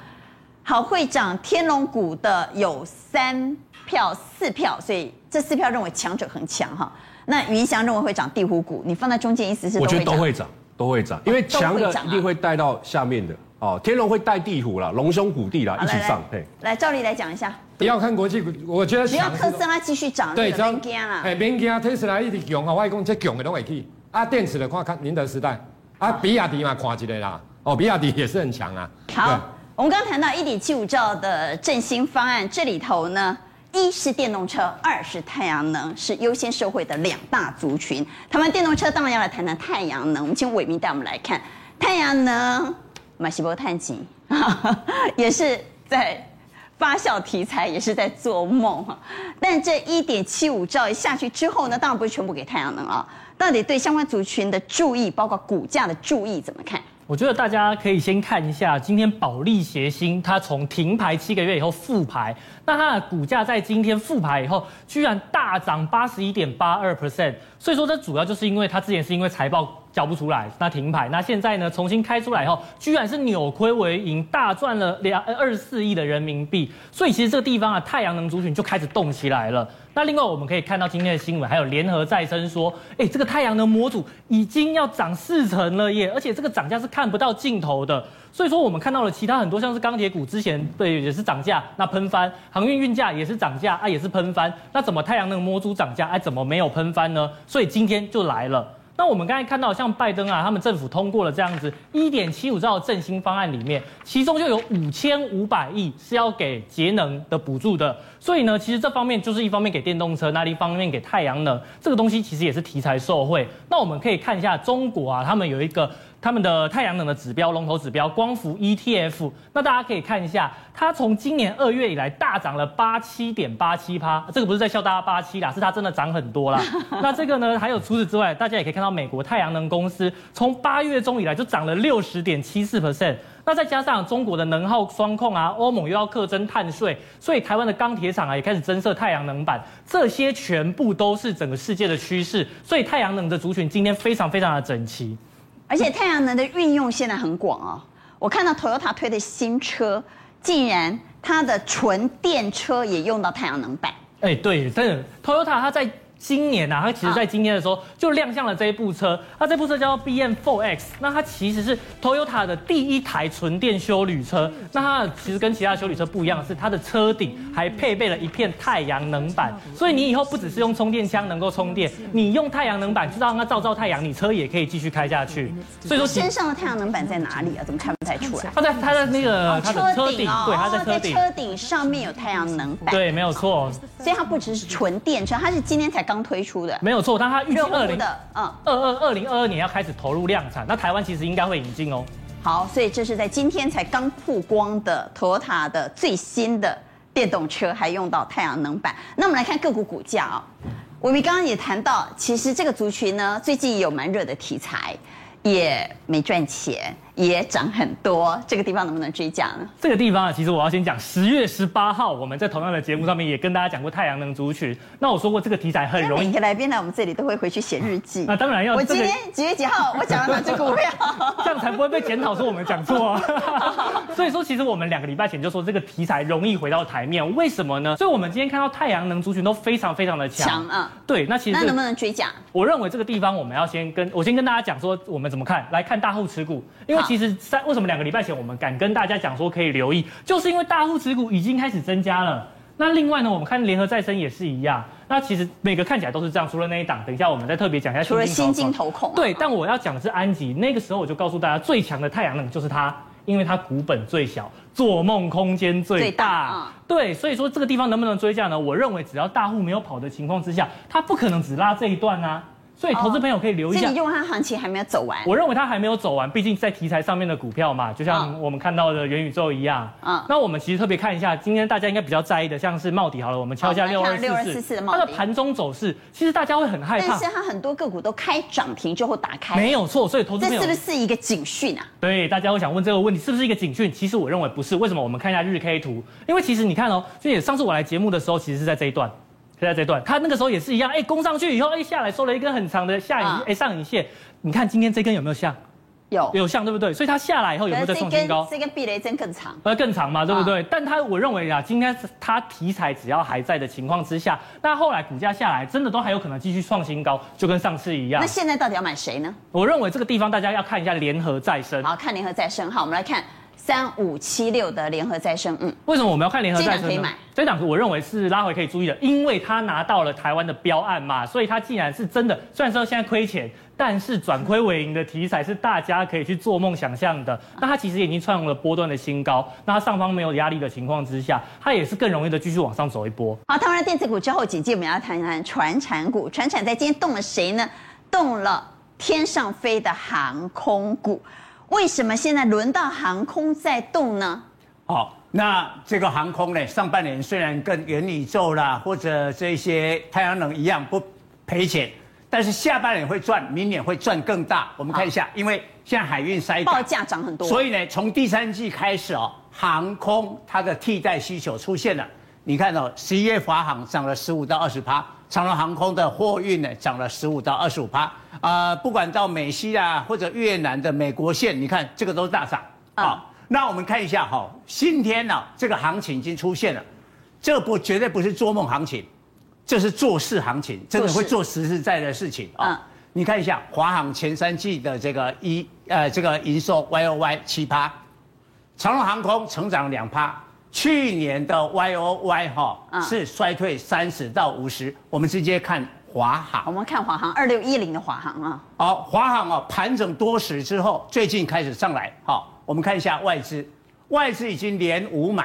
Speaker 1: 好，会涨天龙股的有三票、四票，所以这四票认为强者恒强哈。那云翔认为会涨地虎股，你放在中间意思是
Speaker 5: 我觉得
Speaker 1: 涨
Speaker 5: 都会涨，都会涨，因为强
Speaker 1: 都
Speaker 5: 的
Speaker 1: 会涨啊
Speaker 5: 一定会带到下面的哦，天龙会带地虎啦，龙兄虎弟啦，
Speaker 1: 好
Speaker 5: 一起上。
Speaker 1: 来
Speaker 5: 嘿，
Speaker 1: 来，照例来讲一下，
Speaker 3: 不要看国际股，我觉得
Speaker 1: 只要
Speaker 3: 强
Speaker 1: 特斯拉继续涨，
Speaker 3: 对，
Speaker 1: 日
Speaker 3: 只
Speaker 1: 本
Speaker 3: 要
Speaker 1: 不用怕啦。
Speaker 3: 哎，免惊特斯拉一直强啊，我讲这强的都会去。啊，电池的看看宁德时代，啊，比亚迪嘛看一个啦，哦，比亚迪也是很强啊。对
Speaker 1: 好，我们刚刚谈到一点七五兆的振兴方案，这里头呢，一是电动车，二是太阳能，是优先社会的两大族群。谈完电动车，当然要来谈谈太阳能。我们请伟明带我们来看太阳能，马西波探景， *laughs* 也是在。发酵题材也是在做梦哈，但这一点七五兆一下去之后呢，当然不是全部给太阳能啊，到底对相关族群的注意，包括股价的注意怎么看？
Speaker 6: 我觉得大家可以先看一下今天保利协鑫，它从停牌七个月以后复牌，那它的股价在今天复牌以后居然大涨八十一点八二 percent，所以说这主要就是因为它之前是因为财报交不出来，那停牌，那现在呢重新开出来以后，居然是扭亏为盈，大赚了两呃二十四亿的人民币，所以其实这个地方啊，太阳能族群就开始动起来了。那另外我们可以看到今天的新闻，还有联合再生说，哎，这个太阳能模组已经要涨四成了耶，而且这个涨价是看不到尽头的。所以说我们看到了其他很多像是钢铁股之前对也是涨价，那喷翻；航运运价也是涨价啊，也是喷翻。那怎么太阳能模组涨价，哎、怎么没有喷翻呢？所以今天就来了。那我们刚才看到，像拜登啊，他们政府通过了这样子一点七五兆的振兴方案里面，其中就有五千五百亿是要给节能的补助的。所以呢，其实这方面就是一方面给电动车，那另一方面给太阳能，这个东西其实也是题材受惠。那我们可以看一下中国啊，他们有一个他们的太阳能的指标龙头指标光伏 ETF，那大家可以看一下，它从今年二月以来大涨了八七点八七趴，这个不是在笑大家八七啦，是它真的涨很多啦。那这个呢，还有除此之外，大家也可以看到美国太阳能公司从八月中以来就涨了六十点七四 percent。那再加上中国的能耗双控啊，欧盟又要课征碳税，所以台湾的钢铁厂啊也开始增设太阳能板，这些全部都是整个世界的趋势，所以太阳能的族群今天非常非常的整齐。
Speaker 1: 而且太阳能的运用现在很广哦。我看到 Toyota 推的新车，竟然它的纯电车也用到太阳能板。
Speaker 6: 哎、对，真的，Toyota 它在今年啊，它其实在今天的时候就亮相了这一部车，它这部车叫 BM4X，那它其实是 Toyota 的第一台纯电休旅车。
Speaker 1: 嗯
Speaker 6: 那它其实跟其他休旅车不一样，是它的车顶还配备了一片太阳能板，
Speaker 1: 嗯
Speaker 6: 所以你以后不只是用充电枪能够充电，你用太阳能板就让它照照太阳，你车也可以继续开下去。
Speaker 1: 嗯
Speaker 6: 所以说其实
Speaker 1: 身上的太阳能板在哪里啊？怎么看不太出来？
Speaker 6: 它在它在那个它的车顶，
Speaker 1: 哦
Speaker 6: 对，它在
Speaker 1: 哦
Speaker 6: 车顶，
Speaker 1: 车顶上面有太阳能板。，
Speaker 6: 对，没有错，
Speaker 1: 所以它不只是纯电车，它是今天才刚推出的，
Speaker 6: 没有错。但它预计
Speaker 1: 热
Speaker 6: 二
Speaker 1: 乎
Speaker 6: 零
Speaker 1: 的，嗯。
Speaker 6: 二二二零二二年要开始投入量产，那台湾其实应该会引进哦。
Speaker 1: 好，所以这是在今天才刚曝光的 Toyota 的最新的电动车，还用到太阳能板。那我们来看个股股价啊、我们刚刚也谈到，其实这个族群呢，最近有蛮热的题材，也没赚钱，也涨很多，这个地方能不能追价呢？
Speaker 6: 这个地方啊，其实我要先讲，十月十八号我们在同样的节目上面也跟大家讲过太阳能族群。那我说过这个题材很
Speaker 1: 那
Speaker 6: 容
Speaker 1: 每 *laughs*
Speaker 6: 易，
Speaker 1: 个来宾来我们这里都会回去写日记。
Speaker 6: 那当然要
Speaker 1: 我
Speaker 6: 这
Speaker 1: 今
Speaker 6: 个
Speaker 1: 天几月几号我讲了哪只股票？
Speaker 6: 这样才不会被检讨说我们讲错啊。 *laughs* 所以说，其实我们两个礼拜前就说这个题材容易回到台面，为什么呢？所以我们今天看到太阳能族群都非常非常的 *laughs* 强。
Speaker 1: 强啊！
Speaker 6: 对，那其实
Speaker 1: 那
Speaker 6: 这个
Speaker 1: 能不能追价？
Speaker 6: 我认为这个地方我们要先跟我先跟大家讲说我们怎么看，来看大户持股，因为
Speaker 1: 好
Speaker 6: 其实三为什么两个礼拜前我们敢跟大家讲说可以留意，就是因为大户持股已经开始增加了。那另外呢，我们看联合再生也是一样。那其实每个看起来都是这样，除了那一档，等一下我们再特别讲一下。
Speaker 1: 除了新
Speaker 6: 金
Speaker 1: 金投控啊
Speaker 6: 对，但我要讲的是安吉。那个时候我就告诉大家，最强的太阳能就是它，因为它股本最小，做梦空间最
Speaker 1: 最大
Speaker 6: 大。
Speaker 1: 嗯
Speaker 6: 对，所以说这个地方能不能追价呢？我认为只要大户没有跑的情况之下，它不可能只拉这一段啊。所以投资朋友可以
Speaker 1: 嗯
Speaker 6: 留
Speaker 1: 所
Speaker 6: 意一
Speaker 1: 以
Speaker 6: 下。
Speaker 1: 你用它行情还没有走完，
Speaker 6: 我认为它还没有走完，毕竟在题材上面的股票嘛，就像
Speaker 1: 嗯
Speaker 6: 我们看到的元宇宙一样。
Speaker 1: 嗯
Speaker 6: 啊，那我们其实特别看一下，今天大家应该比较在意的，像是茂迪好了，我们敲一下
Speaker 1: 好
Speaker 6: 六
Speaker 1: 我
Speaker 6: 二
Speaker 1: 们看
Speaker 6: 四
Speaker 1: 6244
Speaker 6: 四
Speaker 1: 的，茂
Speaker 6: 它
Speaker 1: 迪
Speaker 6: 的盘中走势，其实大家会很害
Speaker 1: 但
Speaker 6: 怕
Speaker 1: 是，它很多个股都开涨停之后打开，
Speaker 6: 没有错，所以投资
Speaker 1: 这
Speaker 6: 朋友
Speaker 1: 是不是一个警讯啊？
Speaker 6: 对，大家会想问这个问题，是不是一个警讯？其实我认为不是。为什么？我们看一下日 K 图，因为其实你看哦，就也上次我来节目的时候，其实是在这一段，是在这一段，它那个时候也是一样，哎，攻上去以后，哎，下来收了一根很长的下影
Speaker 1: 啊，
Speaker 6: 哎、上影线。你看今天这根有没有像？
Speaker 1: 有，
Speaker 6: 有像对不对？所以它下来以后有没有再
Speaker 1: 可是
Speaker 6: 创
Speaker 1: 这
Speaker 6: 新
Speaker 1: 根
Speaker 6: 高？
Speaker 1: 这根避雷针更长，
Speaker 6: 呃，更长嘛，对不对？但它我认为啊，今天它题材只要还在的情况之下，那后来股价下来，真的都还有可能继续创新高，就跟上次一样
Speaker 1: 那。现在到底要买谁呢？
Speaker 6: 我认为这个地方大家要看一下联合再生。
Speaker 1: 好看联合再生，好，我们来看三五七六的联合再生，嗯，
Speaker 6: 为什么我们要看联合再
Speaker 1: 这一
Speaker 6: 生
Speaker 1: 档可以
Speaker 6: 呢
Speaker 1: 买？
Speaker 6: 这一档我认为是拉回可以注意的，因为他拿到了台湾的标案嘛，所以他既然是真的，虽然说现在亏钱，但是转亏为盈的题材是大家可以去做梦想象的。
Speaker 1: 嗯
Speaker 6: 那它其实已经创了波段的新高，那它上方没有压力的情况之下，它也是更容易的继续往上走一波。
Speaker 1: 好，谈完了电子股之后，紧接着我们要谈谈船产股。船产在今天动了谁呢？动了天上飞的航空股。为什么现在轮到航空在动呢？
Speaker 2: 好，那这个航空呢，上半年虽然跟元宇宙啦或者这些太阳能一样不赔钱，但是下半年会赚，明年会赚更大。我们看一下，因为现在海运塞港
Speaker 1: 报价涨很多，
Speaker 2: 所
Speaker 1: 以
Speaker 2: 以呢，从第三季开始哦，航空它的替代需求出现了。你看哦，十一月华航涨了十五到二十趴，长荣航空的货运呢涨了十五到二十五趴。啊，不管到美西啊或者越南的美国线，你看这个都是大涨。
Speaker 1: 啊
Speaker 2: 好、那我们看一下哈、哦，今天呢、这个行情已经出现了，这不绝对不是做梦行情，这是做事行情，真的
Speaker 1: 做
Speaker 2: 会
Speaker 1: 事
Speaker 2: 做实实在在的事情啊。
Speaker 1: 嗯
Speaker 2: 你看一下华航前三季的这个一呃这个营收 Y O Y 七趴，长荣航空成长两趴，去年的 Y O Y 哈、
Speaker 1: 嗯
Speaker 2: 是衰退三十到五十，我们直接看华
Speaker 1: 我
Speaker 2: 航。
Speaker 1: 们看华航二六一零的华航啊，
Speaker 2: 好、华航哦盘整多时之后，最近开始上来。好、我们看一下外资，外资已经连五买，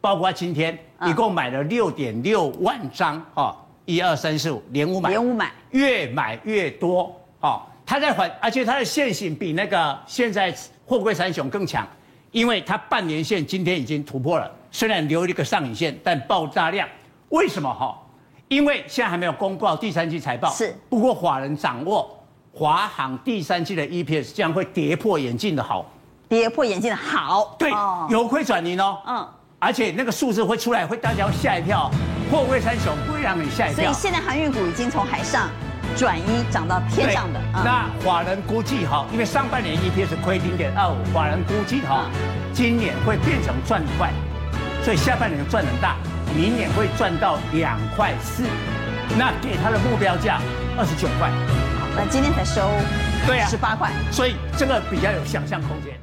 Speaker 2: 包括今天
Speaker 1: 嗯
Speaker 2: 一共买了六点六万张哦，一二三四五连五买，
Speaker 1: 连五买
Speaker 2: 越买越多哦。它在缓，而且它的线型比那个现在货柜三雄更强，因为它半年线今天已经突破了，虽然留了一个上影线，但爆炸量。为什么哈、因为现在还没有公告第三季财报，
Speaker 1: 是
Speaker 2: 不过法人掌握华航第三季的 EPS 将会跌破眼镜的好，
Speaker 1: 跌破眼镜的好，
Speaker 2: 对，
Speaker 1: 哦
Speaker 2: 由亏转盈哦，
Speaker 1: 嗯
Speaker 2: 嗯，而且那个数字会出来，会大家会吓一跳，哦货柜三雄不会让你吓一
Speaker 1: 所以
Speaker 2: 跳。
Speaker 1: 现在航运股已经从海上转移涨到天上的
Speaker 2: 对
Speaker 1: 啊，
Speaker 2: 那法人估计哈，因为上半年 EPS 亏零点二五，法人估计
Speaker 1: 啊
Speaker 2: 哈，今年会变成赚一块，所以下半年赚很大，明年会赚到两块四，那给他的目标价二十九块，
Speaker 1: 好那今天才收
Speaker 2: 对啊
Speaker 1: 十八块。
Speaker 2: 所以这个比较有想象空间。